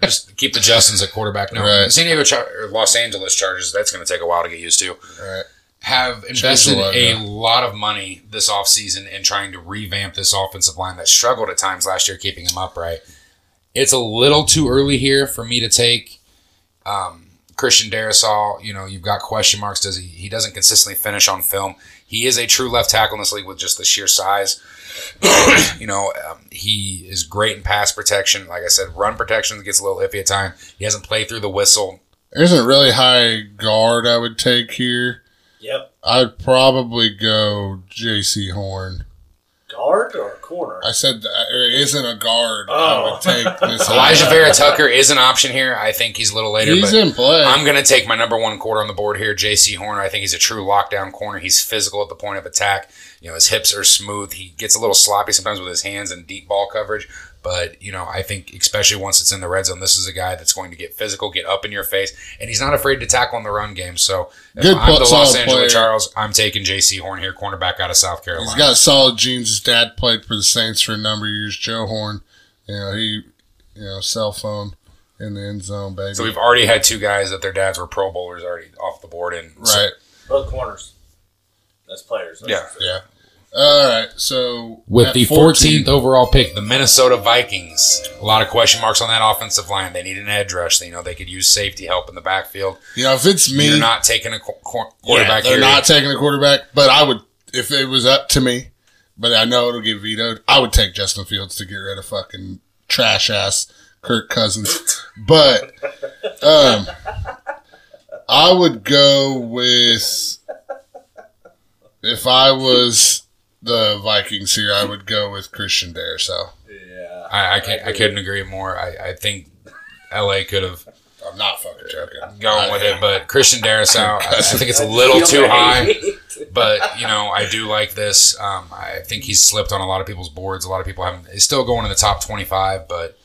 Speaker 3: just keep the Justins at quarterback. No,
Speaker 2: Right.
Speaker 3: San Diego Char- or Los Angeles Chargers. That's going to take a while to get used to.
Speaker 2: Right.
Speaker 3: Have invested
Speaker 2: lot,
Speaker 3: a
Speaker 2: yeah.
Speaker 3: lot of money this offseason in trying to revamp this offensive line that struggled at times last year keeping them upright. It's a little too early here for me to take um, Christian Darrisaw. You know, you've got question marks. Does he? He doesn't consistently finish on film. He is a true left tackle in this league with just the sheer size you know, um, he is great in pass protection. Like I said, run protection gets a little iffy at time. He hasn't played through the whistle.
Speaker 2: There's a really high guard I would take here.
Speaker 4: Yep.
Speaker 2: I'd probably go J.C. Horn.
Speaker 4: Guard or corner?
Speaker 2: I said that there isn't a guard. I
Speaker 4: Oh.
Speaker 2: would take this.
Speaker 3: Elijah Vera Tucker is an option here. I think he's a little later,
Speaker 2: He's
Speaker 3: but
Speaker 2: in play.
Speaker 3: I'm going to take my number one quarter on the board here, J.C. Horner. I think he's a true lockdown corner. He's physical at the point of attack. You know, his hips are smooth. He gets a little sloppy sometimes with his hands and deep ball coverage. But, you know, I think especially once it's in the red zone, this is a guy that's going to get physical, get up in your face, and he's not afraid to tackle in the run game. So if
Speaker 2: Good
Speaker 3: I'm the
Speaker 2: pl-
Speaker 3: Los
Speaker 2: solid
Speaker 3: Angeles
Speaker 2: player.
Speaker 3: Charles, I'm taking J.C. Horn here, cornerback out of South Carolina.
Speaker 2: He's got solid genes. His dad played for the Saints for a number of years. Joe Horn. You know he, you know cell phone in the end zone, baby.
Speaker 3: so we've already had two guys that their dads were Pro Bowlers already off the board. And so-
Speaker 2: right.
Speaker 4: Both corners. That's players.
Speaker 3: Yeah.
Speaker 2: Yeah. All right. So
Speaker 3: With
Speaker 2: at
Speaker 3: the 14th overall pick, the Minnesota Vikings. A lot of question marks on that offensive line. They need an edge rush. They, you know, they could use safety help in the backfield.
Speaker 2: you know if it's me,
Speaker 3: You're not taking a qu- qu-
Speaker 2: yeah,
Speaker 3: quarterback
Speaker 2: they're
Speaker 3: here.
Speaker 2: not taking a quarterback. But I would if it was up to me. But I know it'll get vetoed. I would take Justin Fields to get rid of fucking trash ass Kirk Cousins. But um, I would go with if I was the Vikings here, I would go with Christian Dare. So
Speaker 4: Yeah.
Speaker 3: I, I, can't, I couldn't agree more. I, I think LA could have
Speaker 2: I'm not fucking joking.
Speaker 3: gone with it, but Christian Darrisaw, I, I think it's a
Speaker 4: Feel
Speaker 3: little too
Speaker 4: me.
Speaker 3: high. but you know, I do like this. Um, I think he's slipped on a lot of people's boards. A lot of people haven't. He's still going in the top twenty-five, but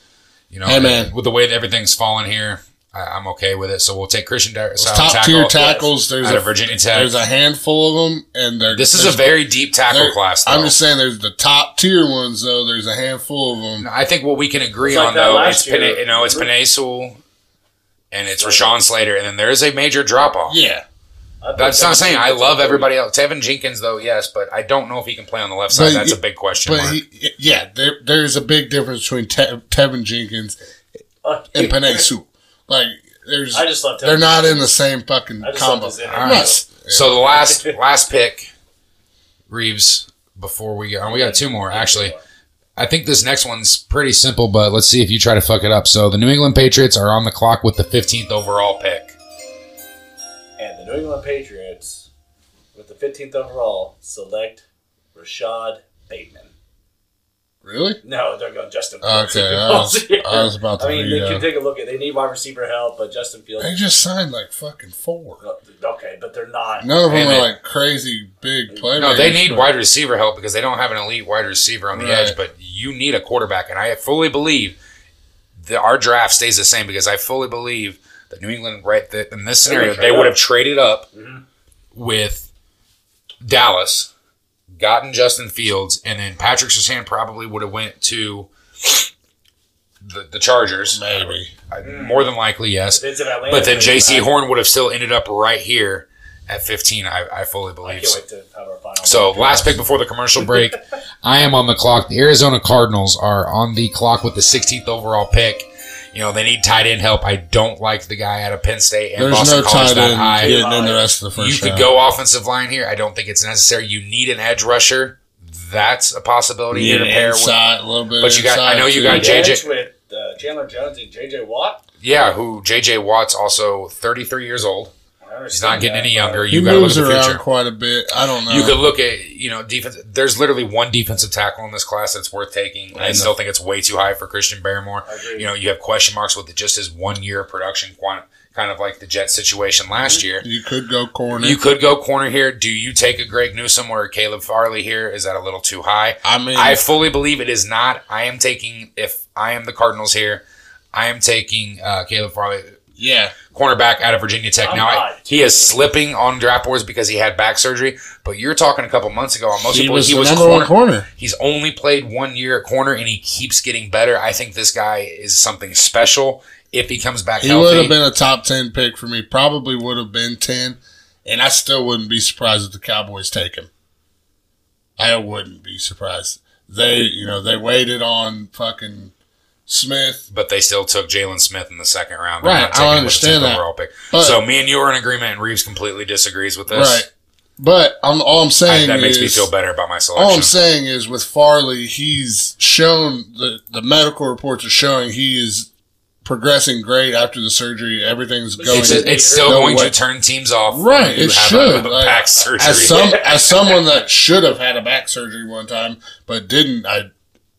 Speaker 3: you know,
Speaker 2: Hey, man.
Speaker 3: with the way that everything's fallen here, I, I'm okay with it. So we'll take Christian Darrisaw,
Speaker 2: Top tier tackles. There's
Speaker 3: out
Speaker 2: a
Speaker 3: of Virginia Tech.
Speaker 2: There's a handful of them, and they're
Speaker 3: this is a
Speaker 2: there's-
Speaker 3: very deep tackle
Speaker 2: they're-
Speaker 3: class. Though.
Speaker 2: I'm just saying, there's the top tier ones though. There's a handful of them.
Speaker 3: I think what we can agree
Speaker 4: It's like
Speaker 3: on
Speaker 4: that
Speaker 3: though
Speaker 4: last
Speaker 3: is Pena,
Speaker 4: year.
Speaker 3: you know it's Penasul and it's Rashawn Slater, and then there is a major drop off.
Speaker 2: Yeah,
Speaker 4: I think
Speaker 3: That's not
Speaker 4: Tevin
Speaker 3: saying I
Speaker 4: Jenkins
Speaker 3: love
Speaker 4: will-
Speaker 3: everybody else. Tevin Jenkins, though, yes, but I don't know if he can play on the left side.
Speaker 2: But
Speaker 3: That's
Speaker 2: he-
Speaker 3: a big question
Speaker 2: But
Speaker 3: mark.
Speaker 2: he, yeah, there, there's a big difference between Te- Tevin Jenkins and Panay Sewell. Like, there's
Speaker 4: I just love Tevin
Speaker 2: they're not in the same fucking
Speaker 4: I just love
Speaker 2: combo.
Speaker 4: his energy.
Speaker 3: All right.
Speaker 2: Yes.
Speaker 3: So the last last pick, Reeves. Before we go, oh, we got two more actually. I think this next one's pretty simple, but let's see if you try to fuck it up. So the New England Patriots are on the clock with the 15th overall pick.
Speaker 4: And the New England Patriots, with the 15th overall, select Rashad Bateman.
Speaker 2: Really?
Speaker 4: No, they're going Justin Fields.
Speaker 2: Okay, I was, I was about to
Speaker 4: I mean,
Speaker 2: read
Speaker 4: they
Speaker 3: uh,
Speaker 4: can
Speaker 2: out.
Speaker 4: take a look at. They need wide receiver help, but Justin Fields.
Speaker 2: They just signed like fucking four.
Speaker 4: Okay, but they're not.
Speaker 2: None of
Speaker 3: Hey,
Speaker 2: them are
Speaker 3: man.
Speaker 2: like crazy big players.
Speaker 3: No, they need wide receiver help because they don't have an elite wide receiver on the
Speaker 2: Right.
Speaker 3: edge, but you need a quarterback. And I fully believe that our draft stays the same because I fully believe that New England, right that in this
Speaker 4: They would
Speaker 3: scenario,
Speaker 4: trade
Speaker 3: they would
Speaker 4: up. Mm-hmm.
Speaker 3: have traded up with Dallas, gotten Justin Fields, and then Patrick Sertan probably would have went to the, the Chargers.
Speaker 2: Maybe.
Speaker 3: I- More than likely, yes.
Speaker 4: It's in Atlanta.
Speaker 3: But then
Speaker 4: they're
Speaker 3: J.C.
Speaker 4: not.
Speaker 3: Horn would have still ended up right here at 15. I, I fully
Speaker 4: I
Speaker 3: believe
Speaker 4: can't
Speaker 3: so.
Speaker 4: wait to have our final.
Speaker 3: So last pick before the commercial break. I am on the clock. The Arizona Cardinals are on the clock with the 16th overall pick. You know they need tight end help. I don't like the guy out of Penn State and
Speaker 2: There's
Speaker 3: Boston
Speaker 2: no
Speaker 3: College
Speaker 2: tight
Speaker 3: that
Speaker 2: end
Speaker 3: high.
Speaker 2: getting in the rest of the
Speaker 3: you
Speaker 2: first
Speaker 3: could
Speaker 2: round.
Speaker 3: go offensive line here. I don't think it's necessary. You need an edge rusher. That's a possibility
Speaker 2: Need
Speaker 3: here to
Speaker 2: an
Speaker 3: pair with.
Speaker 2: inside, a little bit.
Speaker 3: But you got- I
Speaker 2: inside,
Speaker 3: know you
Speaker 2: too.
Speaker 3: got J-
Speaker 4: Jets
Speaker 3: JJ
Speaker 4: with uh, Chandler Jones and JJ Watt.
Speaker 3: Yeah, who JJ Watt's also 33 years old.
Speaker 4: I understand
Speaker 3: He's not getting
Speaker 4: that,
Speaker 3: any
Speaker 4: but
Speaker 3: younger.
Speaker 2: He
Speaker 3: You got to
Speaker 2: moves
Speaker 3: look at the
Speaker 2: around
Speaker 3: future.
Speaker 2: quite a bit. I don't know.
Speaker 3: You could look at you know defense. There's literally one defensive tackle in this class that's worth taking. I still think it's way too high for Christian Barrymore.
Speaker 4: I agree.
Speaker 3: You know, you have question marks with just his one year production, quant- kind of like the Jet situation last year.
Speaker 2: You could go corner.
Speaker 3: You could go corner here. Do you take a Greg Newsom or a Caleb Farley here? Is that a little too high?
Speaker 2: I mean,
Speaker 3: I fully believe it is not. I am taking if I am the Cardinals here. I am taking uh, Caleb Farley,
Speaker 2: yeah.
Speaker 3: cornerback out of Virginia Tech.
Speaker 4: I'm
Speaker 3: now I,
Speaker 4: not.
Speaker 3: he is slipping on draft boards because he had back surgery. But you're talking a couple months ago on most
Speaker 2: He
Speaker 3: people
Speaker 2: was
Speaker 3: he
Speaker 2: the
Speaker 3: was
Speaker 2: number
Speaker 3: corner.
Speaker 2: one corner.
Speaker 3: He's only played one year at corner and he keeps getting better. I think this guy is something special if he comes back
Speaker 2: He would
Speaker 3: healthy.
Speaker 2: have been a top 10 pick for me. Probably would have been 10. And I still wouldn't be surprised if the Cowboys take him. I wouldn't be surprised. They, you know, they waited on fucking Smith.
Speaker 3: but they still took Jalen Smith in the second round. They're
Speaker 2: Right,
Speaker 3: not taking
Speaker 2: I
Speaker 3: him with the
Speaker 2: understand
Speaker 3: 10th
Speaker 2: that.
Speaker 3: Overall pick.
Speaker 2: But-
Speaker 3: so me and you are in agreement, and Reeves completely disagrees with this.
Speaker 2: Right. But I'm, all I'm
Speaker 3: I-
Speaker 2: saying
Speaker 3: that makes
Speaker 2: is,
Speaker 3: me feel better about my selection.
Speaker 2: all I'm saying is with Farley, he's shown the, the medical reports are showing he is progressing great after the surgery. Everything's going
Speaker 3: it's, it's still
Speaker 2: No
Speaker 3: going
Speaker 2: way.
Speaker 3: to turn teams off. when
Speaker 2: Right,
Speaker 3: you
Speaker 2: it
Speaker 3: have
Speaker 2: should.
Speaker 3: A, a
Speaker 2: Like,
Speaker 3: back surgery.
Speaker 2: As some as someone that should have had a back surgery one time but didn't, I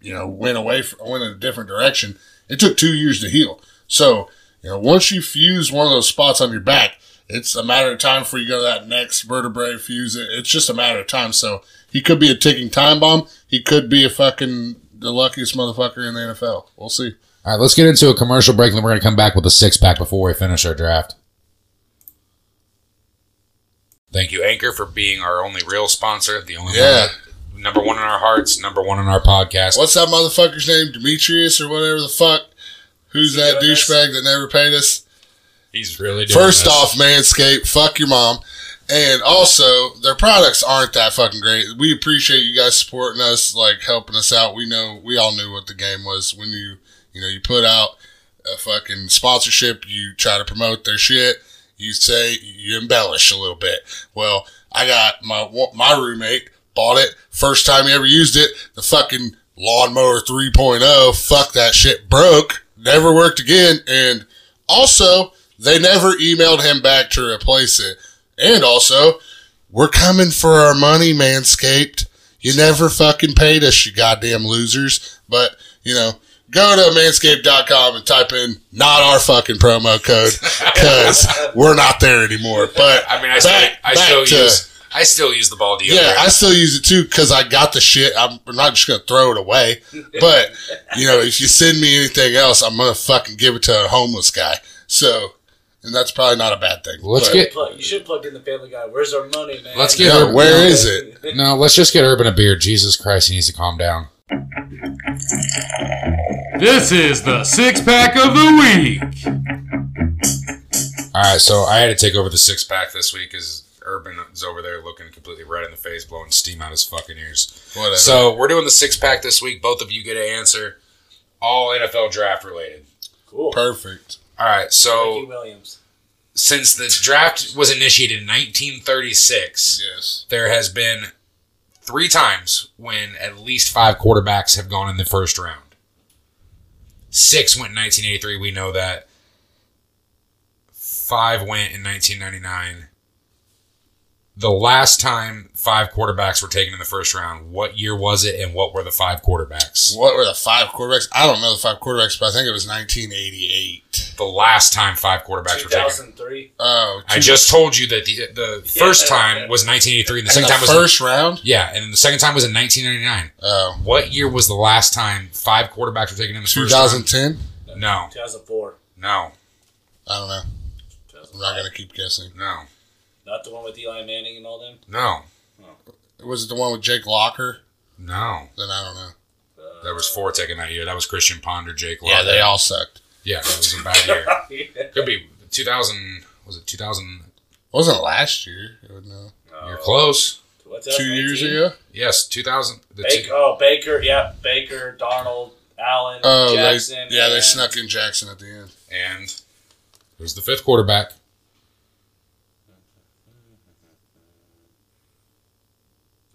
Speaker 2: you know went away fr- went in a different direction. It took two years to heal. So you know once you fuse one of those spots on your back, it's a matter of time before you go to that next vertebrae fuse it. It's just a matter of time. So he could be a ticking time bomb. He could be a fucking the luckiest motherfucker in the NFL. We'll see.
Speaker 3: All right, let's get into a commercial break, and then we're going to come back with a six pack before we finish our draft. Thank you, Anchor, for being our only real sponsor. The only
Speaker 2: Yeah.
Speaker 3: one, number one in our hearts, number one in our podcast.
Speaker 2: What's that motherfucker's name? Demetrius or whatever the fuck. Who's
Speaker 4: he
Speaker 2: that
Speaker 4: doing this?
Speaker 2: douchebag that never paid us?
Speaker 3: He's really doing
Speaker 2: First
Speaker 3: this.
Speaker 2: off, Manscaped, fuck your mom. And also, their products aren't that fucking great. We appreciate you guys supporting us, like helping us out. We know we all knew what the game was when you, you know, you put out a fucking sponsorship, you try to promote their shit, you say you embellish a little bit. Well, I got my my roommate bought it first time he ever used it. The fucking lawnmower 3.0, fuck that shit, broke, never worked again, and also they never emailed him back to replace it. And also, we're coming for our money, Manscaped. You never fucking paid us, you goddamn losers. But, you know, go to manscaped.com and type in not our fucking promo code because we're not there anymore. But
Speaker 3: I mean, I still, I still use, I still use the ball deodorant.
Speaker 2: yeah, I still use it too because I got the shit. I'm I'm not just gonna throw it away, but you know, if you send me anything else, I'm gonna fucking give it to a homeless guy. So, and that's probably not a bad thing.
Speaker 3: Let's
Speaker 2: But-
Speaker 3: get-
Speaker 4: Plug- You should plug in the Family Guy. Where's our money, man?
Speaker 3: Let's get-
Speaker 2: Yeah, where is it?
Speaker 3: no, let's just get Urban a beer. Jesus Christ, he needs to calm down.
Speaker 1: This is the six pack of the week.
Speaker 3: All right, so I had to take over the six pack this week because is over there looking completely red in the face, blowing steam out his fucking ears.
Speaker 2: Whatever.
Speaker 3: So we're doing the six pack this week. Both of you get an answer, all NFL draft related.
Speaker 4: Cool.
Speaker 2: Perfect.
Speaker 3: All right.
Speaker 4: Ricky
Speaker 3: So
Speaker 4: Williams.
Speaker 3: since the draft was initiated in 1936,
Speaker 2: Yes.
Speaker 3: there has been three times when at least five quarterbacks have gone in the first round. Six went in 1983. We know that. Five went in 1999. The last time five quarterbacks were taken in the first round, what year was it and what were the five quarterbacks?
Speaker 2: What were the five quarterbacks? I don't know the five quarterbacks, but I think it was 1988.
Speaker 3: The last time five quarterbacks were taken.
Speaker 4: 2003.
Speaker 2: Oh,
Speaker 3: I just told you that the the first time was 1983 and the
Speaker 2: in
Speaker 3: second
Speaker 2: uh, the
Speaker 3: time was
Speaker 2: first round.
Speaker 3: yeah, and then the second time was in 1999.
Speaker 2: Oh,
Speaker 3: What year was the last time five quarterbacks were taken in the first round?
Speaker 2: 2010.
Speaker 3: No,
Speaker 4: 2004.
Speaker 3: no,
Speaker 2: I don't know. I'm not
Speaker 4: 2005.
Speaker 2: gonna keep guessing.
Speaker 3: no,
Speaker 4: Not the one with Eli Manning and all them.
Speaker 3: no,
Speaker 2: Was it the one with Jake Locker?
Speaker 3: no.
Speaker 2: Then I don't know.
Speaker 4: Uh,
Speaker 3: There was four taken that year. That was Christian Ponder, Jake.
Speaker 2: Yeah,
Speaker 3: Lawler.
Speaker 2: they all sucked.
Speaker 3: Yeah, that was a bad year.
Speaker 4: yeah.
Speaker 3: Could be 2000. Was it 2000?
Speaker 2: Wasn't last year? I would know.
Speaker 3: You're close.
Speaker 4: Oh, What's
Speaker 2: Two years
Speaker 4: 2019?
Speaker 2: ago.
Speaker 3: Yes, 2000. The
Speaker 4: Baker,
Speaker 3: two,
Speaker 4: oh, Baker, yeah, Baker, Donald, Allen,
Speaker 2: Oh,
Speaker 4: Jackson.
Speaker 2: they, yeah, they
Speaker 4: and-
Speaker 2: snuck in Jackson at the end.
Speaker 3: and who's the fifth quarterback?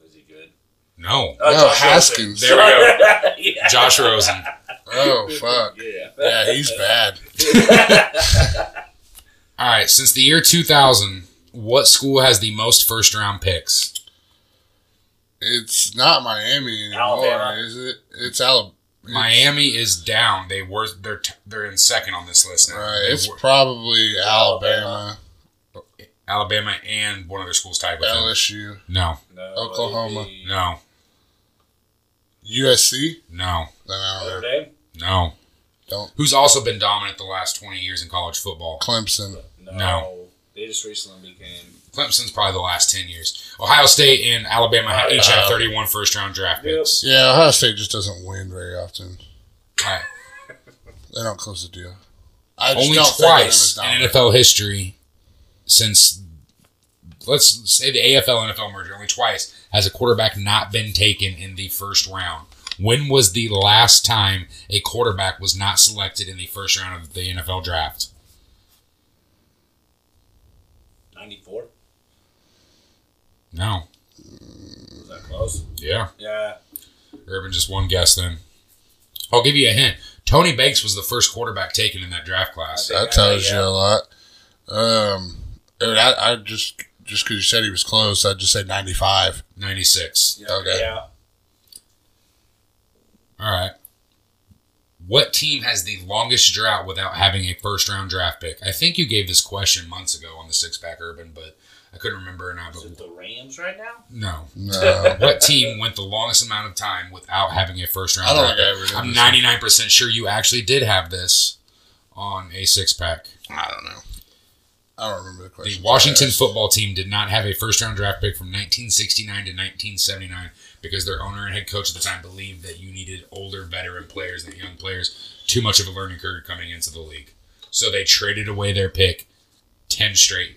Speaker 4: Was he good?
Speaker 3: No,
Speaker 4: Oh,
Speaker 2: no,
Speaker 4: Josh
Speaker 2: Haskins.
Speaker 3: There we
Speaker 4: Rosen. yeah.
Speaker 3: go. Josh Rosen.
Speaker 2: Oh fuck.
Speaker 4: Yeah.
Speaker 2: Yeah, he's bad.
Speaker 3: All right. Since the year 2000, what school has the most first round picks?
Speaker 2: It's not Miami anymore,
Speaker 4: Alabama.
Speaker 2: is it? It's Alabama.
Speaker 3: Miami is down. They were they're t- they're in second on this list now.
Speaker 2: Right.
Speaker 3: They
Speaker 2: It's
Speaker 3: were-
Speaker 2: probably Alabama,
Speaker 4: Alabama.
Speaker 3: Alabama and one of their schools tied with them.
Speaker 2: LSU,
Speaker 3: No,
Speaker 4: No,
Speaker 2: Oklahoma.
Speaker 4: maybe
Speaker 3: no,
Speaker 2: USC.
Speaker 3: no,
Speaker 2: Then uh, I
Speaker 4: Notre
Speaker 2: don't know.
Speaker 4: Dame?
Speaker 3: no.
Speaker 2: Don't-
Speaker 3: Who's also been dominant the last twenty years in college football?
Speaker 2: Clemson.
Speaker 4: No.
Speaker 3: No.
Speaker 4: They just recently became.
Speaker 3: Clemson's probably the last ten years. Ohio State and Alabama ha- each have
Speaker 2: Uh,
Speaker 3: thirty-one first-round draft
Speaker 4: Yep.
Speaker 3: picks.
Speaker 2: Yeah, Ohio State just doesn't win very often.
Speaker 3: All right.
Speaker 2: They don't close the deal. I just
Speaker 3: Only
Speaker 2: don't think of them as
Speaker 3: twice in
Speaker 2: dominant.
Speaker 3: NFL history since let's say the AFL NFL merger. Only twice has a quarterback not been taken in the first round. When was the last time a quarterback was not selected in the first round of the NFL draft?
Speaker 4: 94?
Speaker 3: No.
Speaker 4: Was that close?
Speaker 3: Yeah.
Speaker 4: Yeah.
Speaker 3: Urban just one guess then. I'll give you a hint. Tony Banks was the first quarterback taken in that draft class.
Speaker 4: I
Speaker 2: That tells
Speaker 4: Yeah.
Speaker 2: you a lot. Um, dude, I, I just just because you said he was close, I'd just say ninety five.
Speaker 3: 96.
Speaker 4: yeah.
Speaker 2: Okay.
Speaker 4: Yeah.
Speaker 3: All right. What team has the longest drought without having a first round draft pick? I think you gave this question months ago on the six pack urban, but I couldn't remember now.
Speaker 4: Is
Speaker 3: But
Speaker 4: it the Rams right now?
Speaker 3: no.
Speaker 2: No,
Speaker 3: What team went the longest amount of time without having a first round
Speaker 2: I don't
Speaker 3: draft
Speaker 2: think I ever
Speaker 3: pick?
Speaker 2: did
Speaker 3: I'm
Speaker 2: this.
Speaker 3: 99% sure you actually did have this on a six pack.
Speaker 2: I don't know. I don't remember the
Speaker 3: The
Speaker 2: question.
Speaker 3: Washington football team did not have a first round draft pick from 1969 to 1979 because their owner and head coach at the time believed that you needed older veteran players than young players, too much of a learning curve coming into the league. So they traded away their pick 10 straight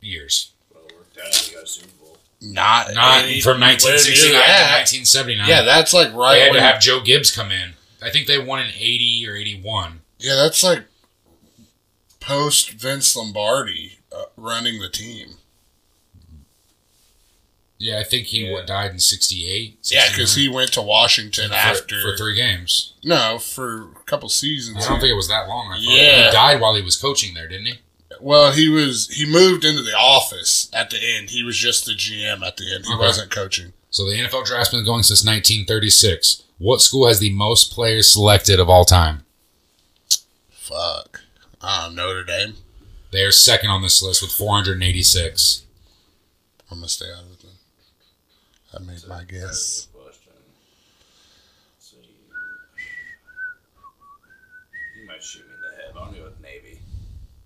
Speaker 3: years.
Speaker 4: Well, we're done. We got a Super Bowl.
Speaker 2: Not
Speaker 3: Not
Speaker 2: any-
Speaker 3: from 1969 to
Speaker 2: where near that.
Speaker 3: 1979.
Speaker 2: Yeah, that's like
Speaker 3: they
Speaker 2: right.
Speaker 3: had to
Speaker 2: When,
Speaker 3: have Joe Gibbs come in. I think they won in 80 or 81.
Speaker 2: yeah, that's like post Vince Lombardi uh, running the team.
Speaker 3: Yeah, I think he
Speaker 4: Yeah.
Speaker 3: what, died in 68.
Speaker 2: Yeah, because he went to Washington
Speaker 3: 69, for-
Speaker 2: after
Speaker 3: for three games.
Speaker 2: no for a couple seasons.
Speaker 3: I don't think it was that long. I thought.
Speaker 2: Yeah.
Speaker 3: He died while he was coaching there, didn't he?
Speaker 2: Well, he was he moved into the office at the end. He was just the GM at the end. He
Speaker 3: Okay.
Speaker 2: wasn't coaching.
Speaker 3: So the NFL draft's been going since 1936. What school has the most players selected of all time?
Speaker 2: Fuck. Um, Notre Dame.
Speaker 3: They are second on this list with 486.
Speaker 2: I'm gonna stay out of it. Then. I made my guess.
Speaker 4: Good question. Let's see. You might shoot me in the head. but I'm going with Navy.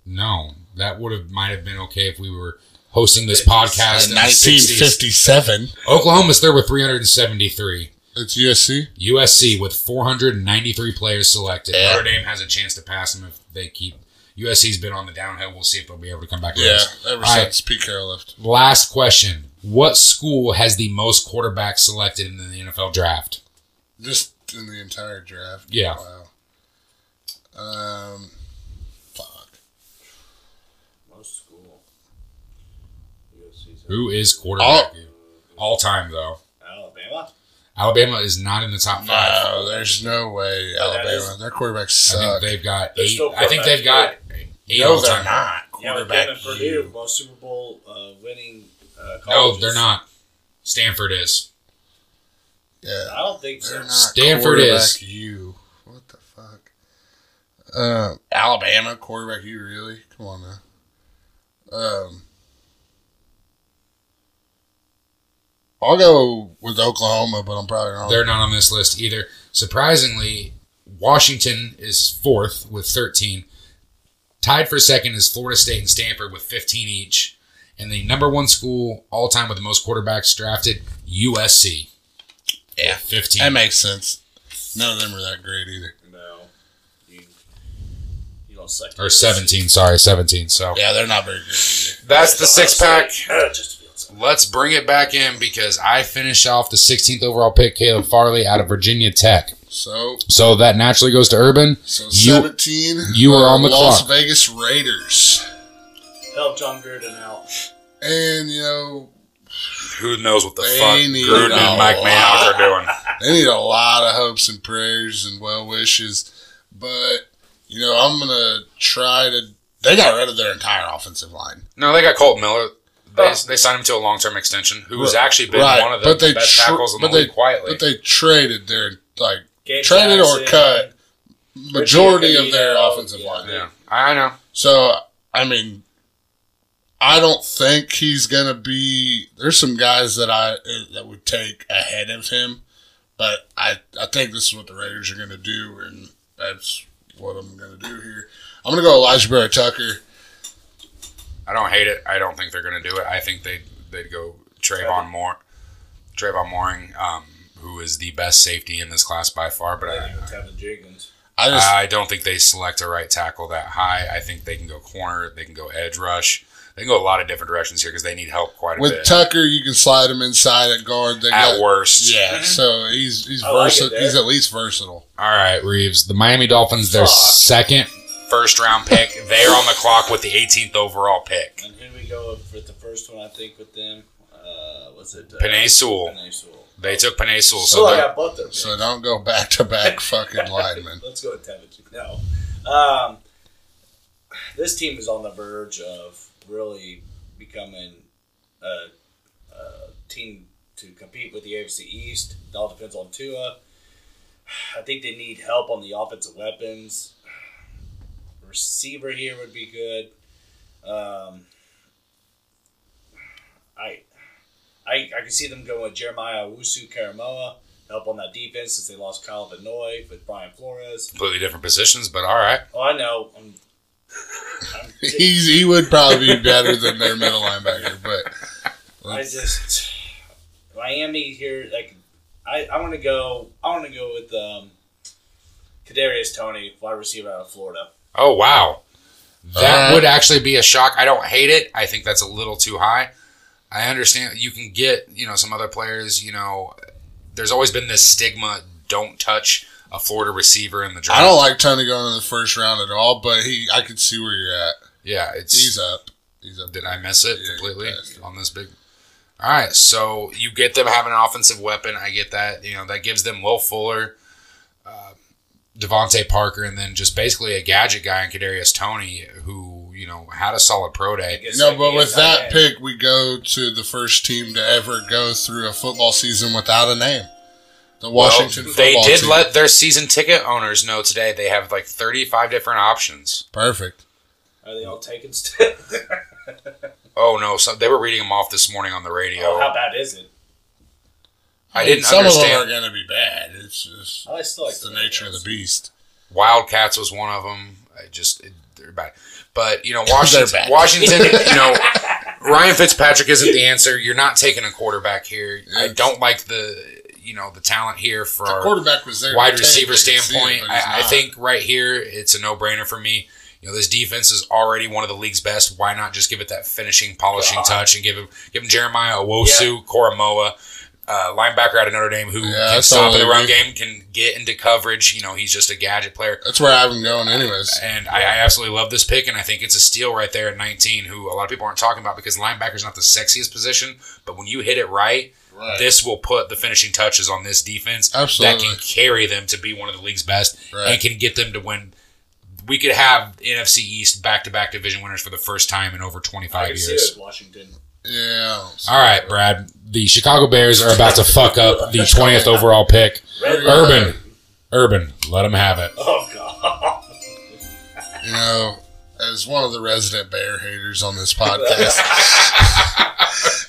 Speaker 3: No, that would have might have been okay if we were hosting this
Speaker 4: It's
Speaker 3: podcast in 1950.
Speaker 2: 1957.
Speaker 3: Oklahoma's third with 373.
Speaker 2: It's USC.
Speaker 3: USC with 493 players selected.
Speaker 2: Yeah.
Speaker 3: Notre Dame has a chance to pass them if they keep. USC's been on the downhill. We'll see if they'll be able to come back. to
Speaker 2: Yeah,
Speaker 3: this.
Speaker 2: ever
Speaker 3: All right.
Speaker 2: since Pete Carroll left.
Speaker 3: Last question: What school has the most quarterbacks selected in the NFL draft?
Speaker 2: Just in the entire draft.
Speaker 3: Yeah.
Speaker 2: Wow. Um, fuck.
Speaker 4: Most school. USC's
Speaker 3: Who is quarterback all time though?
Speaker 4: Alabama?
Speaker 3: Alabama is not in the top five.
Speaker 2: No, there's no way
Speaker 4: that
Speaker 2: Alabama.
Speaker 4: is-
Speaker 2: Their quarterbacks
Speaker 3: I think
Speaker 2: suck.
Speaker 3: they've got
Speaker 4: They're
Speaker 3: eight.
Speaker 4: still
Speaker 3: I think they've got
Speaker 4: quarterback,
Speaker 3: eight
Speaker 2: no,
Speaker 3: all
Speaker 2: they're
Speaker 3: time.
Speaker 2: not.
Speaker 4: Yeah, but
Speaker 2: Quarterback.
Speaker 4: then Purdue, most Super Bowl uh, winning uh,
Speaker 3: No,
Speaker 4: colleges.
Speaker 3: they're not. Stanford is.
Speaker 2: yeah.
Speaker 4: I don't think so.
Speaker 2: They're not
Speaker 3: Stanford is.
Speaker 2: quarterback you. What the fuck? Um, Alabama quarterback you really? Come on now. Um, I'll go with Oklahoma, but I'm probably wrong.
Speaker 3: They're not on this list either. Surprisingly, Washington is fourth with 13. Tied for second is Florida State and Stanford with 15 each. And the number one school all time with the most quarterbacks drafted, USC.
Speaker 2: Yeah.
Speaker 3: 15.
Speaker 2: that makes sense. None of them are that great either.
Speaker 4: No. You, you don't select.
Speaker 3: or 17, sorry, 17. So
Speaker 2: Yeah, they're not very good. Either.
Speaker 3: that's the six pack.
Speaker 4: Uh, just feels
Speaker 3: Let's bring it back in because I finish off the 16th overall pick, Caleb Farley out of Virginia Tech.
Speaker 2: So,
Speaker 3: So that naturally goes to Urban.
Speaker 2: so
Speaker 3: You-
Speaker 2: 17.
Speaker 3: you are
Speaker 2: uh,
Speaker 3: on the
Speaker 2: Las
Speaker 3: clock.
Speaker 2: Vegas Raiders,
Speaker 4: Help John Gruden out.
Speaker 2: and you know
Speaker 3: Who knows what the
Speaker 2: They fuck need Gruden and a Mike Mayock
Speaker 3: are doing?
Speaker 2: they need a lot of hopes and prayers and well wishes. But you know, I'm gonna try to. They got rid of their entire offensive line,
Speaker 3: No, they got Colt Miller. They, they signed him to a long term extension, who's actually been
Speaker 2: Right,
Speaker 3: one of the
Speaker 2: but they
Speaker 3: best
Speaker 2: tr-
Speaker 3: tackles in the
Speaker 2: but they-
Speaker 3: league quietly.
Speaker 2: but they traded their like
Speaker 4: Gabe
Speaker 2: traded or
Speaker 4: Jackson.
Speaker 2: cut majority of their
Speaker 4: Canino,
Speaker 2: offensive
Speaker 4: yeah.
Speaker 2: line.
Speaker 3: yeah, I know.
Speaker 2: So I mean, I don't think he's gonna be. There's some guys that I uh, that would take ahead of him, but I I think this is what the Raiders are gonna do, and that's what I'm gonna do here. I'm gonna go Elijah Barrett Tucker.
Speaker 3: I don't hate it. I don't think they're going to do it. I think they they'd go Trayvon Moore, Trayvon Mooring, um, who is the best safety in this class by far. But I,
Speaker 4: Tevin Jenkins.
Speaker 2: I just
Speaker 3: I don't think they select a right tackle that high. I think they can go corner. They can go edge rush. They can go a lot of different directions here because they need help quite a
Speaker 2: with
Speaker 3: bit.
Speaker 2: Tucker, you can slide him inside at guard. They
Speaker 3: At
Speaker 2: got,
Speaker 3: worst,
Speaker 2: yeah. So he's he's
Speaker 4: I like it
Speaker 2: versa-
Speaker 4: there.
Speaker 2: he's at least versatile.
Speaker 3: All right, Reeves. The Miami Dolphins, their
Speaker 4: Fuck.
Speaker 3: second first round pick. They're on the clock with the 18th overall pick.
Speaker 4: And who do we go with the first one? I think with them. Uh, was it uh,
Speaker 3: Panay Sewell.
Speaker 4: Panay Sewell.
Speaker 3: They took Panay Sewell,
Speaker 4: So
Speaker 3: so
Speaker 4: I
Speaker 3: they're-
Speaker 4: got both their picks.
Speaker 2: So don't go back to back fucking linemen.
Speaker 4: Let's go with Tevin. No. Um, this team is on the verge of really becoming a, a team to compete with the AFC East. It all depends on Tua. I think they need help on the offensive weapons. Receiver here would be good. Um, I, I, I can see them going with Jeremiah Wusu Karamoa help on that defense since they lost Kyle Vanoy with Brian Flores.
Speaker 3: completely different positions, but all right.
Speaker 4: Oh, I know. I'm, I'm
Speaker 2: He's he would probably be better than their middle linebacker, but
Speaker 4: I just Miami here. Like I, I want to go. I want to go with um, Kadarius Tony, wide receiver out of Florida.
Speaker 3: Oh wow, that
Speaker 2: Uh,
Speaker 3: would actually be a shock. I don't hate it. I think that's a little too high. I understand you can get you know some other players. You know, there's always been this stigma: don't touch a Florida receiver in the draft.
Speaker 2: I don't like Tony going in the first round at all, but he I can see where you're at.
Speaker 3: yeah, it's
Speaker 2: He's up. He's up.
Speaker 3: Did I miss it
Speaker 2: Yeah,
Speaker 3: completely
Speaker 2: you passed it.
Speaker 3: on this big? All right, so you get them having an offensive weapon. I get that. You know that gives them Will Fuller, uh, Devonte Parker, and then just basically a gadget guy in Kadarius Tony, who you know had a solid pro
Speaker 4: I
Speaker 3: day.
Speaker 4: guess
Speaker 2: No,
Speaker 4: like
Speaker 2: but
Speaker 4: he
Speaker 2: with
Speaker 4: is
Speaker 2: that
Speaker 4: tight end.
Speaker 2: pick, we go to the first team to ever go through a football season without a name. The Washington
Speaker 3: Well, they
Speaker 2: football
Speaker 3: did
Speaker 2: team.
Speaker 3: let their season ticket owners know today they have like 35 different options.
Speaker 2: Perfect.
Speaker 4: are they all taken still?
Speaker 3: Oh no, so they were reading them off this morning on the radio.
Speaker 4: Oh, how bad is it?
Speaker 3: I didn't
Speaker 2: Some
Speaker 3: understand.
Speaker 2: of them are going to be bad. It's just
Speaker 4: I Oh, still like
Speaker 2: it's the nature of the beast.
Speaker 3: Wildcats was one of them. I just it, they're bad, but you know Washington.
Speaker 2: bad.
Speaker 3: Washington, you know Ryan Fitzpatrick isn't the answer. You're not taking a quarterback here. I
Speaker 2: Yes.
Speaker 3: don't like the you know the talent here for
Speaker 2: The
Speaker 3: our
Speaker 2: quarterback was there.
Speaker 3: wide
Speaker 2: to take,
Speaker 3: receiver
Speaker 2: I can see it,
Speaker 3: standpoint.
Speaker 2: but he's
Speaker 3: I, I
Speaker 2: not.
Speaker 3: think right here it's a no brainer for me. You know, this defense is already one of the league's best. Why not just give it that finishing, polishing
Speaker 2: Uh-huh.
Speaker 4: God.
Speaker 3: touch and give him give him Jeremiah Owosu, Koromoa, uh, linebacker out of Notre Dame who
Speaker 2: Yeah,
Speaker 3: can
Speaker 2: that's
Speaker 3: stop
Speaker 2: all
Speaker 3: in the
Speaker 2: they
Speaker 3: run
Speaker 2: do.
Speaker 3: game, can get into coverage. You know, he's just a gadget player.
Speaker 2: That's where I have him going, anyways.
Speaker 3: And I, I absolutely love this pick, and I think it's a steal right there at 19, who a lot of people aren't talking about because linebacker's not the sexiest position, but when you hit it right,
Speaker 2: Right.
Speaker 3: this will put the finishing touches on this defense that
Speaker 2: Absolutely.
Speaker 3: can carry them to be one of the league's best
Speaker 2: Right.
Speaker 3: and can get them to win. We could have NFC East back-to-back division winners for the first time in over 25
Speaker 4: I can see it
Speaker 3: years.
Speaker 4: with Washington.
Speaker 2: Yeah.
Speaker 3: All right, Brad. The Chicago Bears are about to fuck up the 20th overall pick.
Speaker 4: Red-
Speaker 3: Urban, Urban, let them have it.
Speaker 4: Oh god.
Speaker 2: You know, as one of the resident bear haters on this podcast,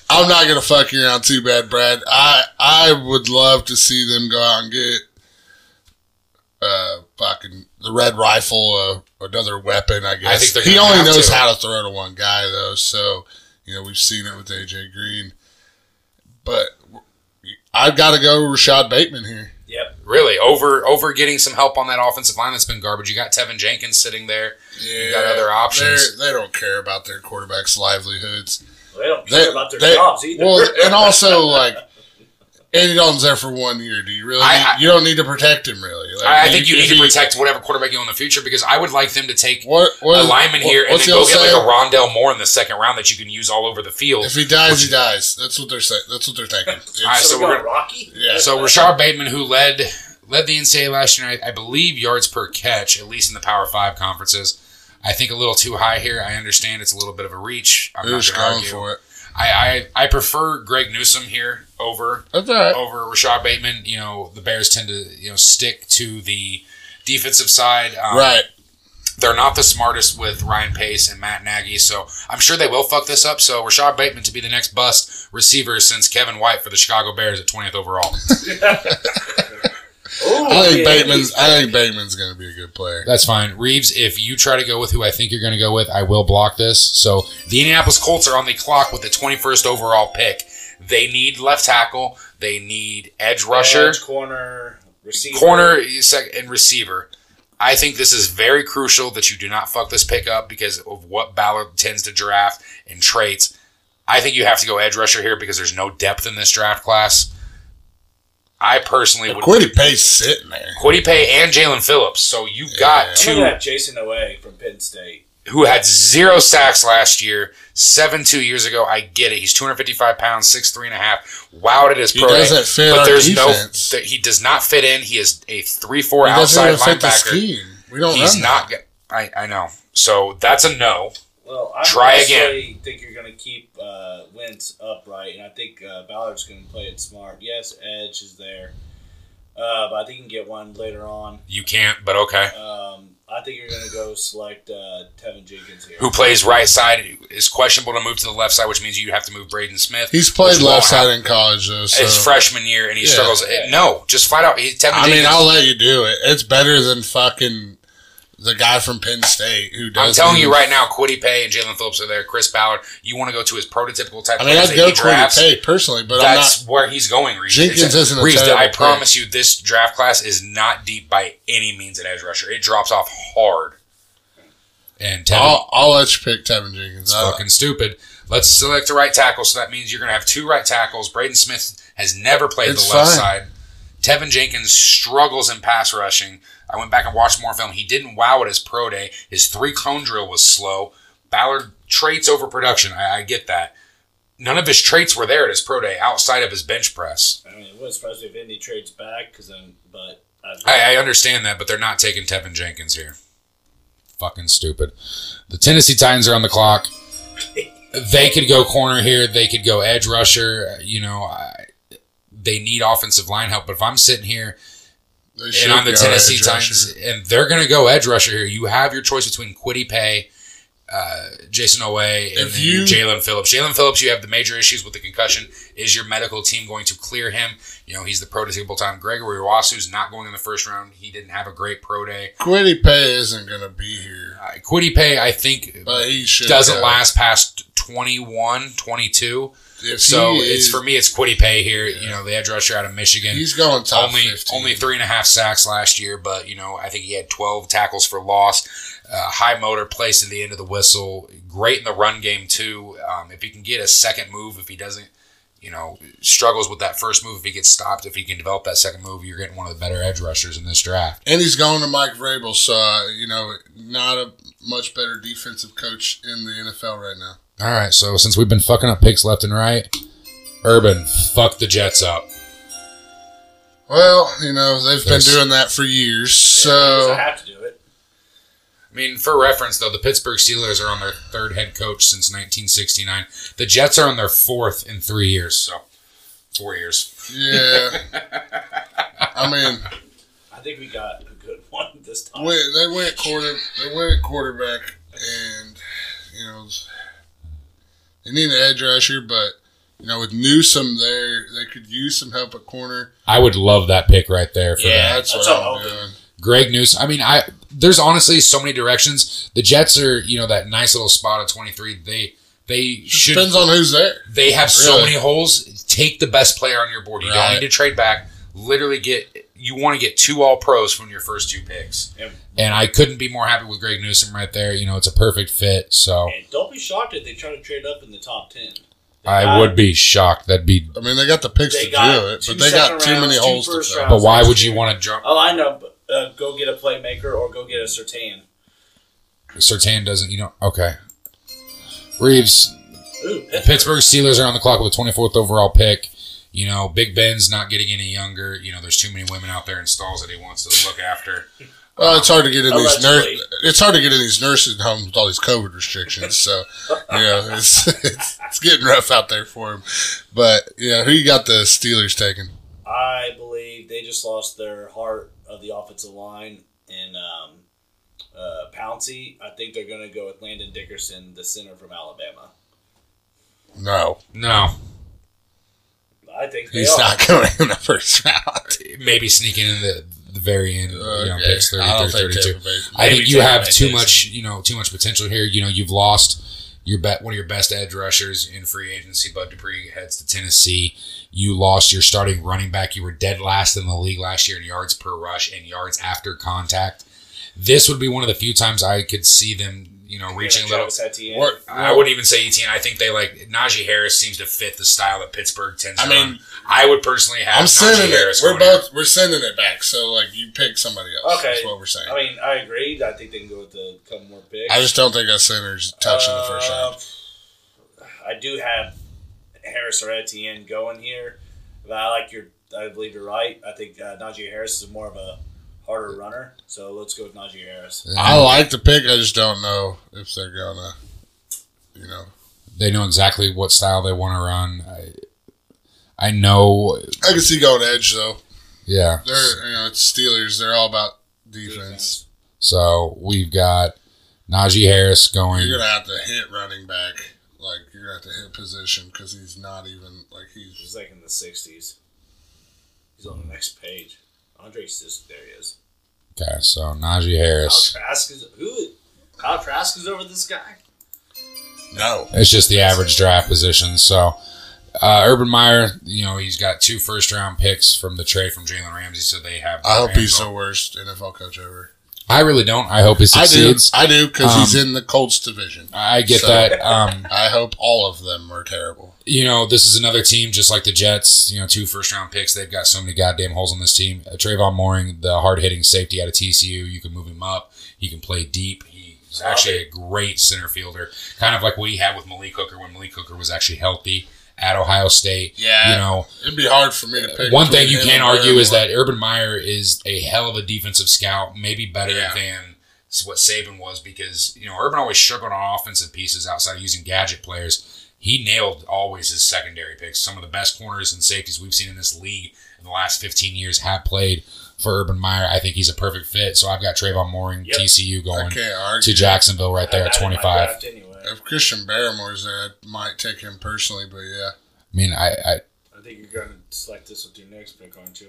Speaker 2: I'm not gonna fuck you around too bad, Brad. I I would love to see them go out and get uh fucking the red rifle, uh, another weapon. I guess
Speaker 3: think they're
Speaker 2: he
Speaker 3: gonna
Speaker 2: only
Speaker 3: have
Speaker 2: knows
Speaker 3: to.
Speaker 2: how to throw to one guy though. So you know we've seen it with AJ Green, but I've got to go Rashad Bateman here.
Speaker 4: Yep.
Speaker 3: Really, over over getting some help on that offensive line that's been garbage. You got Tevin Jenkins sitting there.
Speaker 2: Yeah,
Speaker 3: got other options.
Speaker 2: They're- They don't care about their quarterbacks' livelihoods.
Speaker 4: They don't care
Speaker 2: They-
Speaker 4: about their
Speaker 2: they-
Speaker 4: jobs either.
Speaker 2: Well, and also like Andy Dalton's there for one year. Do you really?
Speaker 3: I- I-
Speaker 2: you don't need to protect him, really. Like,
Speaker 3: I, I think you need
Speaker 2: if
Speaker 3: to
Speaker 2: he-
Speaker 3: protect whatever quarterback you own in the future because I would like them to take
Speaker 2: what, what
Speaker 3: a lineman
Speaker 2: what-
Speaker 3: here and
Speaker 2: what's
Speaker 3: then
Speaker 2: the
Speaker 3: go
Speaker 2: old
Speaker 3: get like
Speaker 2: saying?
Speaker 3: a Rondell Moore in the second round that you can use all over the field.
Speaker 2: If he dies, he dies. That's what they're saying. That's what they're thinking. It's-
Speaker 3: I- so
Speaker 4: so,
Speaker 3: we're
Speaker 4: we're
Speaker 3: gonna-
Speaker 4: Rocky.
Speaker 2: yeah.
Speaker 3: So Rashard Bateman, who led led the NCAA last year, I, I believe yards per catch, at least in the Power Five conferences. I think a little too high here. I understand it's a little bit of a reach. I'm
Speaker 2: They're
Speaker 3: not
Speaker 2: just
Speaker 3: going to
Speaker 2: going for
Speaker 3: argue.
Speaker 2: it.
Speaker 3: I, I I prefer Greg Newsom here over
Speaker 2: That's all right.
Speaker 3: over Rashad Bateman. You know, the Bears tend to you know stick to the defensive side. Um,
Speaker 2: Right.
Speaker 3: They're not the smartest with Ryan Pace and Matt Nagy, so I'm sure they will fuck this up. So Rashad Bateman to be the next bust receiver since Kevin White for the Chicago Bears at 20th overall.
Speaker 4: Ooh,
Speaker 2: I think
Speaker 4: yeah,
Speaker 2: Bateman's.
Speaker 4: he's-
Speaker 2: I think Bateman's going to be a good player.
Speaker 3: That's fine, Reeves. If you try to go with who I think you're going to go with, I will block this. So the Indianapolis Colts are on the clock with the 21st overall pick. They need left tackle. They need edge rusher.
Speaker 4: Edge, corner, receiver.
Speaker 3: corner sec- and receiver. I think this is very crucial that you do not fuck this pick up because of what Ballard tends to draft and traits. I think you have to go edge rusher here because there's no depth in this draft class. I personally would
Speaker 2: Quiddy Pace sitting there.
Speaker 3: Quiddy Pay and Jalen Phillips. So you've
Speaker 2: Yeah.
Speaker 3: got
Speaker 4: I'm gonna
Speaker 3: two
Speaker 4: have Jason Away from Penn State.
Speaker 3: who had zero sacks last year, seven two years ago. I get it. He's 255 pounds, six three and a half. Wowed at his
Speaker 2: He
Speaker 3: pro day,
Speaker 2: doesn't fit
Speaker 3: but
Speaker 2: our
Speaker 3: there's
Speaker 2: defense.
Speaker 3: no. Th- he does not fit in. He is a three four
Speaker 2: He doesn't
Speaker 3: outside
Speaker 2: even fit the
Speaker 3: linebacker.
Speaker 2: scheme. We don't.
Speaker 3: He's
Speaker 2: run
Speaker 3: not. go- I I know. So that's a no.
Speaker 4: Well, I
Speaker 3: Try
Speaker 4: honestly think you're going to keep uh, Wentz upright, and I think uh, Ballard's going to play it smart. Yes, Edge is there, uh, but I think you can get one later on.
Speaker 3: You can't. But okay.
Speaker 4: Um, I think you're going to go select uh, Tevin Jenkins here.
Speaker 3: Who plays right side is questionable to move to the left side, which means you have to move Braden Smith.
Speaker 2: He's played
Speaker 3: which won't
Speaker 2: left
Speaker 3: happen.
Speaker 2: side in college though. So.
Speaker 3: His freshman year, and he
Speaker 2: Yeah.
Speaker 3: struggles. It- no, just flat out. He, Tevin
Speaker 2: I mean,
Speaker 3: Jenkins-
Speaker 2: I'll let you do it. It's better than fucking the guy from Penn State who
Speaker 3: I'm
Speaker 2: does.
Speaker 3: telling you right now, Quiddy Pay and Jalen Phillips are there. Chris Ballard. You want to go to his prototypical type.
Speaker 2: I mean,
Speaker 3: players
Speaker 2: I'd
Speaker 3: that
Speaker 2: go
Speaker 3: he drafts.
Speaker 2: Quiddy Pay personally, but I'm
Speaker 3: That's
Speaker 2: not.
Speaker 3: where he's going. Reeves.
Speaker 2: Jenkins
Speaker 3: It's-
Speaker 2: isn't a
Speaker 3: Reeves,
Speaker 2: terrible
Speaker 3: I
Speaker 2: player.
Speaker 3: promise you, this draft class is not deep by any means at edge rusher. It drops off hard. And Tevin
Speaker 2: I'll, I'll let you pick Tevin Jenkins.
Speaker 3: It's
Speaker 2: I-
Speaker 3: fucking stupid. Let's select a right tackle. So that means you're going to have two right tackles. Braden Smith has never played
Speaker 2: It's
Speaker 3: the left
Speaker 2: fine.
Speaker 3: side. Tevin Jenkins struggles in pass rushing. I went back and watched more film. He didn't wow at his pro day. His three cone drill was slow. Ballard traits over production. I, I get that. None of his traits were there at his pro day outside of his bench press.
Speaker 4: I mean, it wouldn't surprise me if Indy trades back, because then, but I,
Speaker 3: I, I understand that, but they're not taking Tevin Jenkins here. Fucking stupid. The Tennessee Titans are on the clock. They could go corner here. They could go edge rusher. You know, I, they need offensive line help. But if I'm sitting here
Speaker 2: they should
Speaker 3: and I'm the
Speaker 2: go
Speaker 3: Tennessee
Speaker 2: edge
Speaker 3: Titans,
Speaker 2: rusher.
Speaker 3: and they're going to go edge rusher here, you have your choice between Quiddy Pay, uh, Jason Away, and
Speaker 2: If
Speaker 3: then you,
Speaker 2: you-
Speaker 3: Jalen Phillips. Jalen Phillips, you have the major issues with the concussion. Is your medical team going to clear him? You know, he's the prototypical time. Gregory Wasu's not going in the first round. He didn't have a great pro day.
Speaker 2: Quiddy Pay isn't going to be here,
Speaker 3: Uh, Quiddy Pay, I think,
Speaker 2: uh, but he should
Speaker 3: doesn't
Speaker 2: go.
Speaker 3: last past 21, 22.
Speaker 2: If
Speaker 3: So
Speaker 2: he
Speaker 3: it's
Speaker 2: is-
Speaker 3: for me, it's Quiddy Pay here. You know, the edge rusher out of Michigan.
Speaker 2: He's going top
Speaker 3: only
Speaker 2: 15.
Speaker 3: only three and a half sacks last year, but you know I think he had twelve tackles for loss. Uh, high motor, place at the end of the whistle, great in the run game too. Um, if he can get a second move, if he doesn't, you know, struggles with that first move, if he gets stopped, if he can develop that second move, you're getting one of the better edge rushers in this draft.
Speaker 2: And he's going to Mike Vrabel, so uh, you know, not a much better defensive coach in the NFL right now.
Speaker 3: All right, so since we've been fucking up picks left and right, Urban, fuck the Jets up.
Speaker 2: Well, you know, they've
Speaker 3: There's-
Speaker 2: been doing that for years,
Speaker 4: Because I
Speaker 2: so
Speaker 4: have to do it.
Speaker 3: I mean, for reference, though, the Pittsburgh Steelers are on their third head coach since 1969. The Jets are on their fourth in three years, so four years.
Speaker 2: yeah. I mean,
Speaker 4: I think we got a good one this time.
Speaker 2: went, they went quarter, they went quarterback, and you know, they need an edge rusher, but you know, with Newsom there, they could use some help at corner.
Speaker 3: I would love that pick right there for
Speaker 4: Yeah.
Speaker 3: that.
Speaker 2: That's,
Speaker 4: that's
Speaker 2: what
Speaker 4: all
Speaker 2: I'm
Speaker 4: open.
Speaker 2: doing.
Speaker 3: Greg News. I mean, I there's honestly so many directions. The Jets are, you know, that nice little spot at 23. They they
Speaker 2: Just
Speaker 3: should
Speaker 2: depends on who's there.
Speaker 3: They have so
Speaker 2: Really?
Speaker 3: many holes. Take the best player on your board. You
Speaker 2: Right.
Speaker 3: don't need to trade back. Literally get you want to get two all pros from your first two picks.
Speaker 4: Yep.
Speaker 3: And I couldn't be more happy with Greg Newsom right there. You know, it's a perfect fit. So
Speaker 4: And don't be shocked if they try to trade up in the top ten. They
Speaker 3: I
Speaker 2: Uh,
Speaker 4: got-
Speaker 3: would be shocked. That'd be
Speaker 2: I mean, they got the picks to
Speaker 4: They
Speaker 2: do
Speaker 4: got
Speaker 2: it,
Speaker 4: two
Speaker 2: but they got
Speaker 4: second
Speaker 2: too many
Speaker 4: rounds, two
Speaker 2: holes to
Speaker 4: first
Speaker 2: fill.
Speaker 4: rounds.
Speaker 3: but why would you want to jump
Speaker 4: Oh, I know. But, uh, go get a playmaker or go get a Sertan.
Speaker 3: Sertan doesn't you know okay. Reeves,
Speaker 4: Ooh,
Speaker 3: The Pittsburgh Steelers are on the clock with 24th overall pick. You know, Big Ben's not getting any younger. You know, there's too many women out there in stalls that he wants to look after.
Speaker 2: Well, it's hard to get in these
Speaker 4: Allegedly.
Speaker 2: nurse. It's hard to get in these nursing homes with all these COVID restrictions. So, you know, it's, it's it's getting rough out there for him. But yeah, who you got the Steelers taking?
Speaker 4: I believe they just lost their heart of the offensive line and um, uh, Pouncy. I think they're going to go with Landon Dickerson, the center from Alabama.
Speaker 2: No,
Speaker 3: No,
Speaker 4: I think they
Speaker 2: he's
Speaker 4: are.
Speaker 2: not going in the first round.
Speaker 3: maybe sneaking in the, the very end, you know,
Speaker 2: Okay.
Speaker 3: picks 30,
Speaker 2: Uh, I don't
Speaker 3: 30,
Speaker 2: think
Speaker 3: 32.
Speaker 2: Tampa Bay's-
Speaker 3: I think
Speaker 4: Maybe
Speaker 3: you
Speaker 4: Tampa
Speaker 3: have
Speaker 4: Bay
Speaker 3: too
Speaker 4: takes
Speaker 3: much, you know, too much potential here. You know, you've lost your bet one of your best edge rushers in free agency. Bud Dupree heads to Tennessee. You lost your starting running back. You were dead last in the league last year in yards per rush and yards after contact. This would be one of the few times I could see them, you know, reaching a little.
Speaker 4: Travis Etienne.
Speaker 2: What?
Speaker 3: I wouldn't even say Etienne. I think they like Najee Harris seems to fit the style that Pittsburgh tends.
Speaker 2: I
Speaker 3: to
Speaker 2: mean,
Speaker 3: run. I would personally have.
Speaker 2: I'm
Speaker 3: Najee
Speaker 2: sending it.
Speaker 3: Harris
Speaker 2: We're
Speaker 3: going in.
Speaker 2: both we're sending it back. So like, you pick somebody else.
Speaker 4: Okay.
Speaker 2: That's what we're saying.
Speaker 4: I mean, I agree. I think they can go with the couple more picks.
Speaker 2: I just don't think that center's touching the first
Speaker 4: Uh,
Speaker 2: round.
Speaker 4: Um, I do have Harris or Etienne going here, but I like your. I believe you're right. I think uh, Najee Harris is more of a harder runner, so let's go with Najee Harris.
Speaker 2: I like the pick. I just don't know if they're gonna, you know,
Speaker 3: they know exactly what style they want to run. I, I know,
Speaker 2: I can see going edge though.
Speaker 3: yeah.
Speaker 2: They're you know it's Steelers. They're all about defense.
Speaker 3: So we've got Najee Harris going.
Speaker 2: You're gonna have to hit running back. Like you're gonna have to hit position because he's not even like he's.
Speaker 4: He's like in the '60s. He's on the next page. Andre Sis, there he is.
Speaker 3: Okay, so Najee
Speaker 4: Kyle
Speaker 3: Harris.
Speaker 4: Trask is who? Kyle Trask is over this guy.
Speaker 2: No.
Speaker 3: It's just the average draft position. So uh, Urban Meyer, you know, he's got two first round picks from the trade from Jalen Ramsey. So they have.
Speaker 2: I hope he's
Speaker 3: Ramsey.
Speaker 2: the worst NFL coach ever.
Speaker 3: I really don't. I hope he
Speaker 2: I do.
Speaker 3: succeeds.
Speaker 2: I do because he's
Speaker 3: Um,
Speaker 2: in the Colts division.
Speaker 3: I get
Speaker 2: So-
Speaker 3: that. Um,
Speaker 2: I hope all of them are terrible.
Speaker 3: you know, this is another team just like the Jets. You know, two first round picks. They've got so many goddamn holes on this team. Uh, Trayvon Mooring, the hard hitting safety out of TCU, you can move him up. He can play deep. He's actually a great center fielder, kind of like we had with Malik Hooker when Malik Hooker was actually healthy at Ohio State.
Speaker 2: Yeah.
Speaker 3: you know,
Speaker 2: It'd be hard for me to pick.
Speaker 3: one thing
Speaker 2: between
Speaker 3: you
Speaker 2: him
Speaker 3: can
Speaker 2: and
Speaker 3: argue is
Speaker 2: Barrymore.
Speaker 3: that Urban Meyer is a hell of a defensive scout, maybe better
Speaker 2: Yeah.
Speaker 3: than what Saban was because you know Urban always struggled on offensive pieces outside of using gadget players. He nailed always his secondary picks. Some of the best corners and safeties we've seen in this league in the last 15 years have played for Urban Meyer. I think he's a perfect fit. So I've got Trayvon Mooring,
Speaker 4: Yep.
Speaker 3: TCU
Speaker 2: I
Speaker 3: going
Speaker 2: can't argue.
Speaker 3: to Jacksonville right there
Speaker 4: I
Speaker 3: at
Speaker 4: had him in my
Speaker 3: 25.
Speaker 4: draft Anyway.
Speaker 2: If Christian Barrymore's there, I might take him personally. But yeah,
Speaker 3: I mean, I, I
Speaker 4: I think you're going to select this with your next pick, aren't you?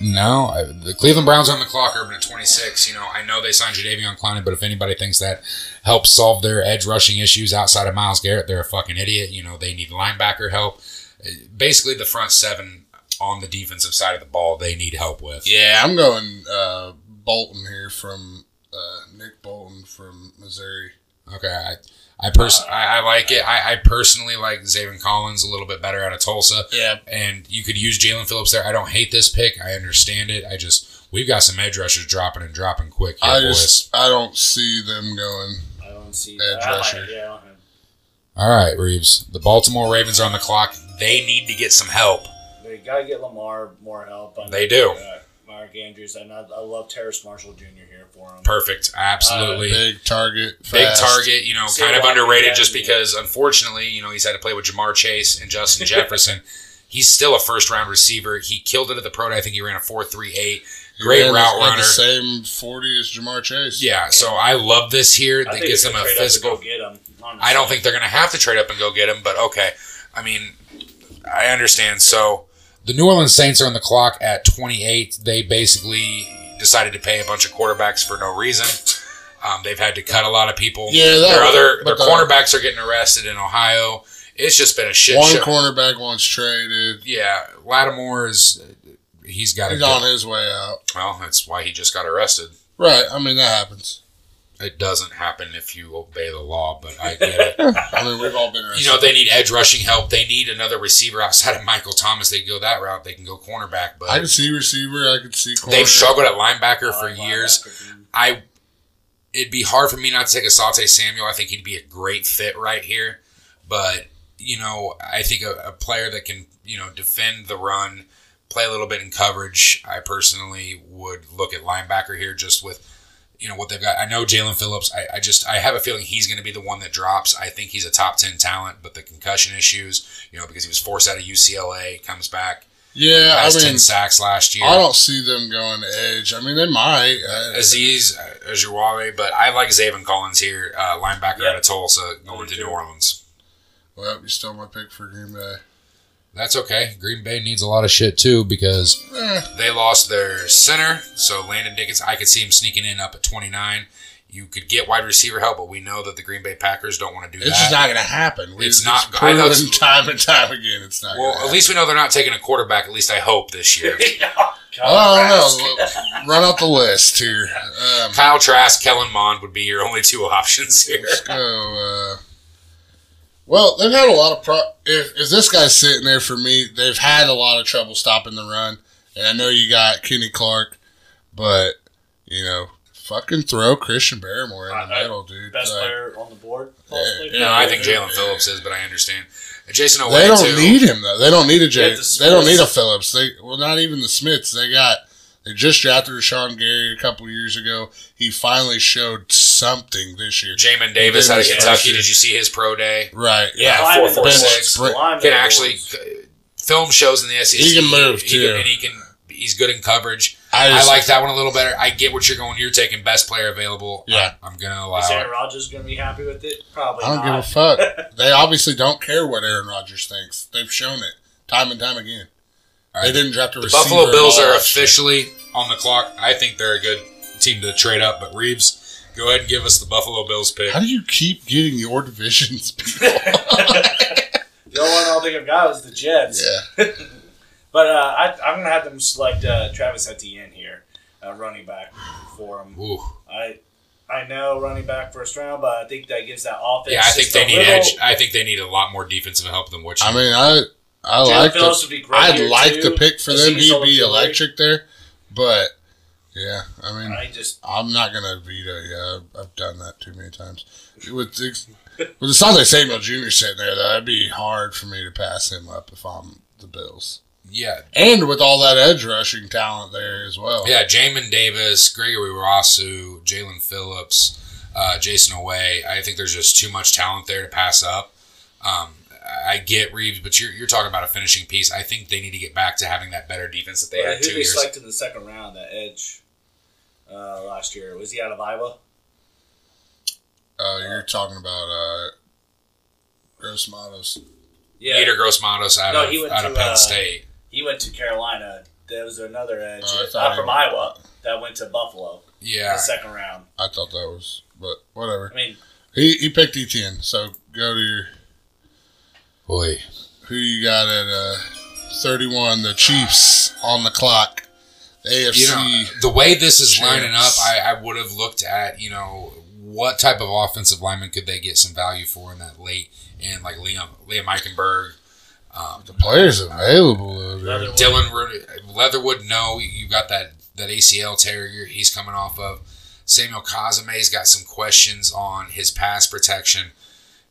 Speaker 3: No, I, the Cleveland Browns on the clock, Urban at 26. You know, I know they signed Jadavion Clowney, but if anybody thinks that helps solve their edge rushing issues outside of Miles Garrett, they're a fucking idiot. You know, they need linebacker help. Uh, Basically, the front seven on the defensive side of the ball, they need help with.
Speaker 2: Yeah, I'm going uh, Bolton here from uh, Nick Bolton from Missouri.
Speaker 3: Okay, I, I pers- I, I like it. I, I personally like Zayvon Collins a little bit better out of Tulsa.
Speaker 2: Yeah,
Speaker 3: and you could use Jalen Phillips there. I don't hate this pick. I understand it. I just we've got some edge rushers dropping and dropping quick here,
Speaker 2: I
Speaker 3: boys.
Speaker 2: just I don't see them going.
Speaker 4: I don't see
Speaker 2: Edge
Speaker 4: I like-
Speaker 2: rusher.
Speaker 4: yeah, I don't know.
Speaker 3: All right, Reeves. The Baltimore Ravens are on the clock. They need to get some help.
Speaker 4: They got to get Lamar more help. I
Speaker 3: They do.
Speaker 4: Uh, Mark Andrews, and I, I love Terrace Marshall Jr. here for him.
Speaker 3: Perfect. Absolutely. big,
Speaker 2: Big target, fast.
Speaker 3: target, you know,
Speaker 4: See
Speaker 3: kind of
Speaker 4: why-
Speaker 3: underrated
Speaker 4: yeah,
Speaker 3: just
Speaker 4: yeah.
Speaker 3: because, unfortunately, you know, he's had to play with Jamar Chase and Justin Jefferson. He's still a first round receiver. He killed it at the pro day. I think he ran a 4 3 8.
Speaker 2: He
Speaker 3: Great
Speaker 2: ran
Speaker 3: route
Speaker 2: at
Speaker 3: runner.
Speaker 2: The same forty as Jamar Chase.
Speaker 3: Yeah, so I love this here. That gives
Speaker 4: it's
Speaker 3: them a
Speaker 4: trade up to
Speaker 3: physical
Speaker 4: go Get him,
Speaker 3: I don't think they're going to have to trade up and go get him, but okay. I mean, I understand. So the New Orleans Saints are on the clock at 28. They basically decided to pay a bunch of quarterbacks for no reason. Um, they've had to cut a lot of people.
Speaker 2: Yeah, that-
Speaker 3: their other their
Speaker 2: but the-
Speaker 3: cornerbacks are getting arrested in Ohio. It's just been a shit
Speaker 2: One
Speaker 3: show.
Speaker 2: cornerback once traded.
Speaker 3: yeah, Lattimore is he's got
Speaker 2: He's
Speaker 3: to
Speaker 2: on
Speaker 3: go.
Speaker 2: his way out.
Speaker 3: Well, that's why he just got arrested.
Speaker 2: Right. I mean that happens.
Speaker 3: It doesn't happen if you obey the law, but I get it.
Speaker 2: I mean we've all been. arrested.
Speaker 3: you know they need edge rushing help. They need another receiver outside of Michael Thomas. They go that route. They can go cornerback, but
Speaker 2: I could see receiver. I could see corner.
Speaker 3: they've struggled at linebacker for
Speaker 4: Linebacker,
Speaker 3: years.
Speaker 4: dude.
Speaker 3: I it'd be hard for me not to take Asante Samuel. I think he'd be a great fit right here, but you know I think a, a player that can you know defend the run, play a little bit in coverage. I personally would look at linebacker here just with. You know what they've got. I know Jalen Phillips. I, I just I have a feeling he's going to be the one that drops. I think he's a top ten talent, but the concussion issues, you know, because he was forced out of UCLA, comes back,
Speaker 2: Yeah, I
Speaker 3: has
Speaker 2: mean
Speaker 3: ten sacks last year.
Speaker 2: I don't see them going edge. I mean they might. I,
Speaker 3: Aziz uh, Ajuwale, but I like Zayvon Collins here, uh, linebacker
Speaker 4: Yeah.
Speaker 3: out of Tulsa, going
Speaker 4: Me
Speaker 3: to
Speaker 4: too.
Speaker 3: New Orleans.
Speaker 2: well, you stole my pick for Green Bay.
Speaker 3: That's okay. Green Bay needs a lot of shit too because
Speaker 2: Eh,
Speaker 3: they lost their center, so Landon Dickens. I could see him sneaking in up at twenty nine. You could get wide receiver help, but we know that the Green Bay Packers don't want to do
Speaker 2: it's
Speaker 3: that.
Speaker 2: just not going to happen. We've
Speaker 3: It's
Speaker 2: just
Speaker 3: not- I know
Speaker 2: proven
Speaker 3: it's-
Speaker 2: time and time again. It's not.
Speaker 3: well,
Speaker 2: gonna
Speaker 3: at least we know they're not taking a quarterback. At least I hope this year.
Speaker 2: happen. oh no, run out the list here. Um,
Speaker 3: Kyle Trask, Kellen Mond would be your only two options here.
Speaker 2: Let's go. Uh, well, they've had a lot of pro. If, if this guy's sitting there for me, they've had a lot of trouble stopping the run. And I know you got Kenny Clark, but you know, fucking throw Christian Barrymore in the
Speaker 4: Uh,
Speaker 2: middle, dude.
Speaker 4: Best
Speaker 2: Like,
Speaker 4: player on the board. possibly?
Speaker 3: No, I think Jalen Phillips is, but I understand. Jason Owe
Speaker 2: they don't
Speaker 3: too.
Speaker 2: need him though. They don't need a Jay.
Speaker 4: Yeah, the
Speaker 2: they don't need a
Speaker 4: Smiths-
Speaker 2: Phillips. They well, not even the Smiths. They got. They just drafted Rashawn Gary a couple years ago. He finally showed something this year.
Speaker 3: Jamin Davis out of
Speaker 2: Davis
Speaker 3: Kentucky.
Speaker 2: Rush.
Speaker 3: Did you see his pro day?
Speaker 2: Right.
Speaker 3: Yeah,
Speaker 4: Lyman
Speaker 3: four four
Speaker 4: boards.
Speaker 3: six.
Speaker 2: Brent
Speaker 4: Lyman
Speaker 3: Can
Speaker 4: boards.
Speaker 3: actually uh, film shows in the SEC.
Speaker 2: He can move,
Speaker 3: He can-
Speaker 2: too.
Speaker 3: and he can. He's good in coverage.
Speaker 2: I,
Speaker 3: I
Speaker 2: just-
Speaker 3: like that one a little better. I get what you're going. You're taking best player available.
Speaker 2: Yeah.
Speaker 3: I, am gonna
Speaker 4: Is
Speaker 3: allow
Speaker 4: Aaron
Speaker 3: it.
Speaker 4: Rodgers going to be happy with it? Probably
Speaker 2: I don't give
Speaker 4: not.
Speaker 2: a fuck. they obviously don't care what Aaron Rodgers thinks. They've shown it time and time again.
Speaker 3: All
Speaker 2: They
Speaker 3: right.
Speaker 2: didn't draft a receiver.
Speaker 3: Buffalo
Speaker 2: at
Speaker 3: Bills
Speaker 2: all
Speaker 3: are
Speaker 2: last year.
Speaker 3: officially on the clock. I think they're a good team to trade up. But Reeves, go ahead and give us the Buffalo Bills pick.
Speaker 2: How do you keep getting your divisions? people?
Speaker 4: The only one I don't think I've got is the Jets.
Speaker 2: yeah,
Speaker 4: But uh, I, I'm going to have them select uh, Travis Etienne here, uh, running back for him.
Speaker 3: Ooh.
Speaker 4: I I know running back first round, but I think that gives that offense.
Speaker 3: Yeah, I think
Speaker 4: just
Speaker 3: they
Speaker 4: a
Speaker 3: need
Speaker 4: little-
Speaker 3: edge. I think they need a lot more defensive help than what you.
Speaker 2: I mean, I I
Speaker 4: Jalen
Speaker 2: like
Speaker 4: Phillips
Speaker 2: the
Speaker 4: would be great
Speaker 2: I'd
Speaker 4: here,
Speaker 2: like
Speaker 4: too.
Speaker 2: the pick for
Speaker 4: I
Speaker 2: them.
Speaker 4: think he's
Speaker 2: He'd be
Speaker 4: eligible.
Speaker 2: electric there, but yeah, I mean,
Speaker 4: I just
Speaker 2: I'm not gonna veto. Yeah, I've, I've done that too many times. With the- with the sounds like Samuel Jr. sitting there, though, that'd be hard for me to pass him up if I'm the Bills.
Speaker 3: yeah,
Speaker 2: And with all that edge rushing talent there as well.
Speaker 3: Yeah, Jamin Davis, Gregory Rosu, Jalen Phillips, uh, Jason Away. I think there's just too much talent there to pass up. Um, I I get Reeves, but you're, you're talking about a finishing piece. I think they need to get back to having that better defense that they
Speaker 4: who
Speaker 3: had two
Speaker 4: they
Speaker 3: years.
Speaker 4: selected in the second round that edge uh, last year was he out of Iowa?
Speaker 2: Uh, you're talking about uh, Gross Mottos.
Speaker 4: Yeah.
Speaker 3: Peter Grossmatos out
Speaker 4: No,
Speaker 3: of
Speaker 4: he went
Speaker 3: out of
Speaker 4: to,
Speaker 3: Penn
Speaker 4: uh,
Speaker 3: State.
Speaker 4: He went to Carolina. There was another edge
Speaker 2: Oh, I thought
Speaker 4: uh, from
Speaker 2: he-
Speaker 4: Iowa that went to Buffalo in
Speaker 3: Yeah,
Speaker 4: the second round.
Speaker 2: I thought that was, but whatever.
Speaker 4: I mean,
Speaker 2: He he picked Etienne, so go to your
Speaker 3: boy.
Speaker 2: who you got at uh, 31. The Chiefs on the clock. The AFC.
Speaker 3: you know, the way this is
Speaker 2: Chance.
Speaker 3: lining up, I, I would have looked at, you know, what type of offensive lineman could they get some value for in that late and like Liam Liam Eichenberg, um,
Speaker 2: the players available. Over there.
Speaker 4: Leatherwood.
Speaker 3: Dylan Ru- Leatherwood. No, you got that that ACL tear you're- he's coming off of. Samuel Kazame's got some questions on his pass protection.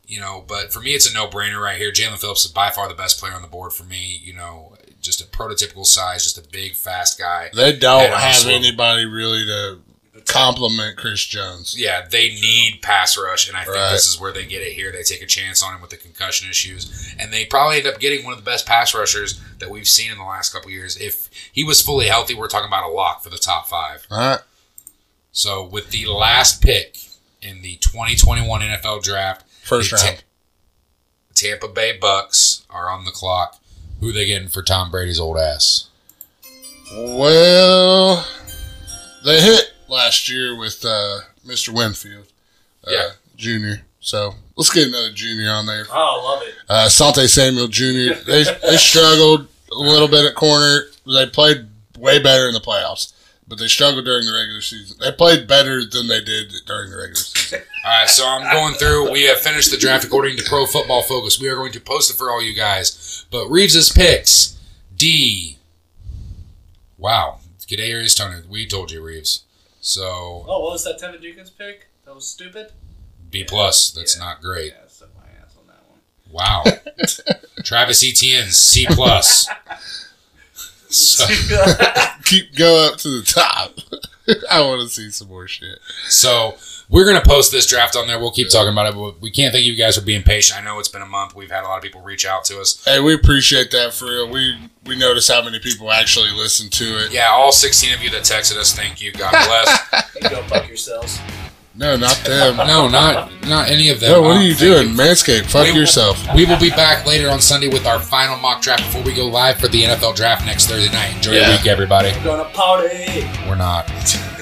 Speaker 3: You know, but for me, it's a no-brainer right here. Jalen Phillips is by far the best player on the board for me. You know, just a prototypical size, just a big, fast guy.
Speaker 2: They don't
Speaker 3: Yeah,
Speaker 2: have
Speaker 3: absolutely.
Speaker 2: anybody really to compliment Chris Jones.
Speaker 3: Yeah, they need pass rush, and I think
Speaker 2: Right.
Speaker 3: this is where they get it here. They take a chance on him with the concussion issues, and they probably end up getting one of the best pass rushers that we've seen in the last couple years. If he was fully healthy, we're talking about a lock for the top five.
Speaker 2: All right.
Speaker 3: So with the last pick in the 2021 NFL Draft,
Speaker 2: First
Speaker 3: the
Speaker 2: round.
Speaker 3: Ta- Tampa Bay Bucks are on the clock. Who they getting for Tom Brady's old ass?
Speaker 2: Well, they hit last year with uh, Mr. Winfield, uh,
Speaker 3: Yeah.
Speaker 2: junior. So let's get another junior on there.
Speaker 4: oh, love it.
Speaker 2: Uh, Sante Samuel Jr. They they struggled a little bit at corner. They played way better in the playoffs, but they struggled during the regular season. They played better than they did during the regular season.
Speaker 3: All right, so I'm going through. We have finished the draft according to Pro Football Focus. We are going to post it for all you guys. But Reeves' picks D. Wow. Kadarius Tony. We told you, Reeves. So
Speaker 4: Oh, what was that Tevin Jenkins pick? That was stupid.
Speaker 3: B plus. That's
Speaker 4: Yeah.
Speaker 3: not great.
Speaker 4: Yeah, I stuck my ass on that one.
Speaker 3: Wow. Travis Etienne C plus. So,
Speaker 2: Keep go up to the top. I want to see some more shit.
Speaker 3: so we're gonna post this draft on there. We'll keep talking about it, but we can't thank you guys for being patient. I know it's been a month. We've had a lot of people reach out to us.
Speaker 2: Hey, we appreciate that for real. We we notice how many people actually listen to it.
Speaker 3: Yeah, all 16 of you that texted us, thank you. God bless.
Speaker 4: You go fuck yourselves.
Speaker 2: No, not them. No,
Speaker 3: no, not not any of them.
Speaker 2: what
Speaker 3: Uh,
Speaker 2: are you
Speaker 3: thank
Speaker 2: doing, Manscaped? Fuck
Speaker 3: We will-
Speaker 2: yourself.
Speaker 3: We will be back later on Sunday with our final mock draft before we go live for the NFL draft next Thursday night. Enjoy
Speaker 2: Yeah.
Speaker 3: your week, everybody.
Speaker 4: We're gonna party.
Speaker 3: We're not.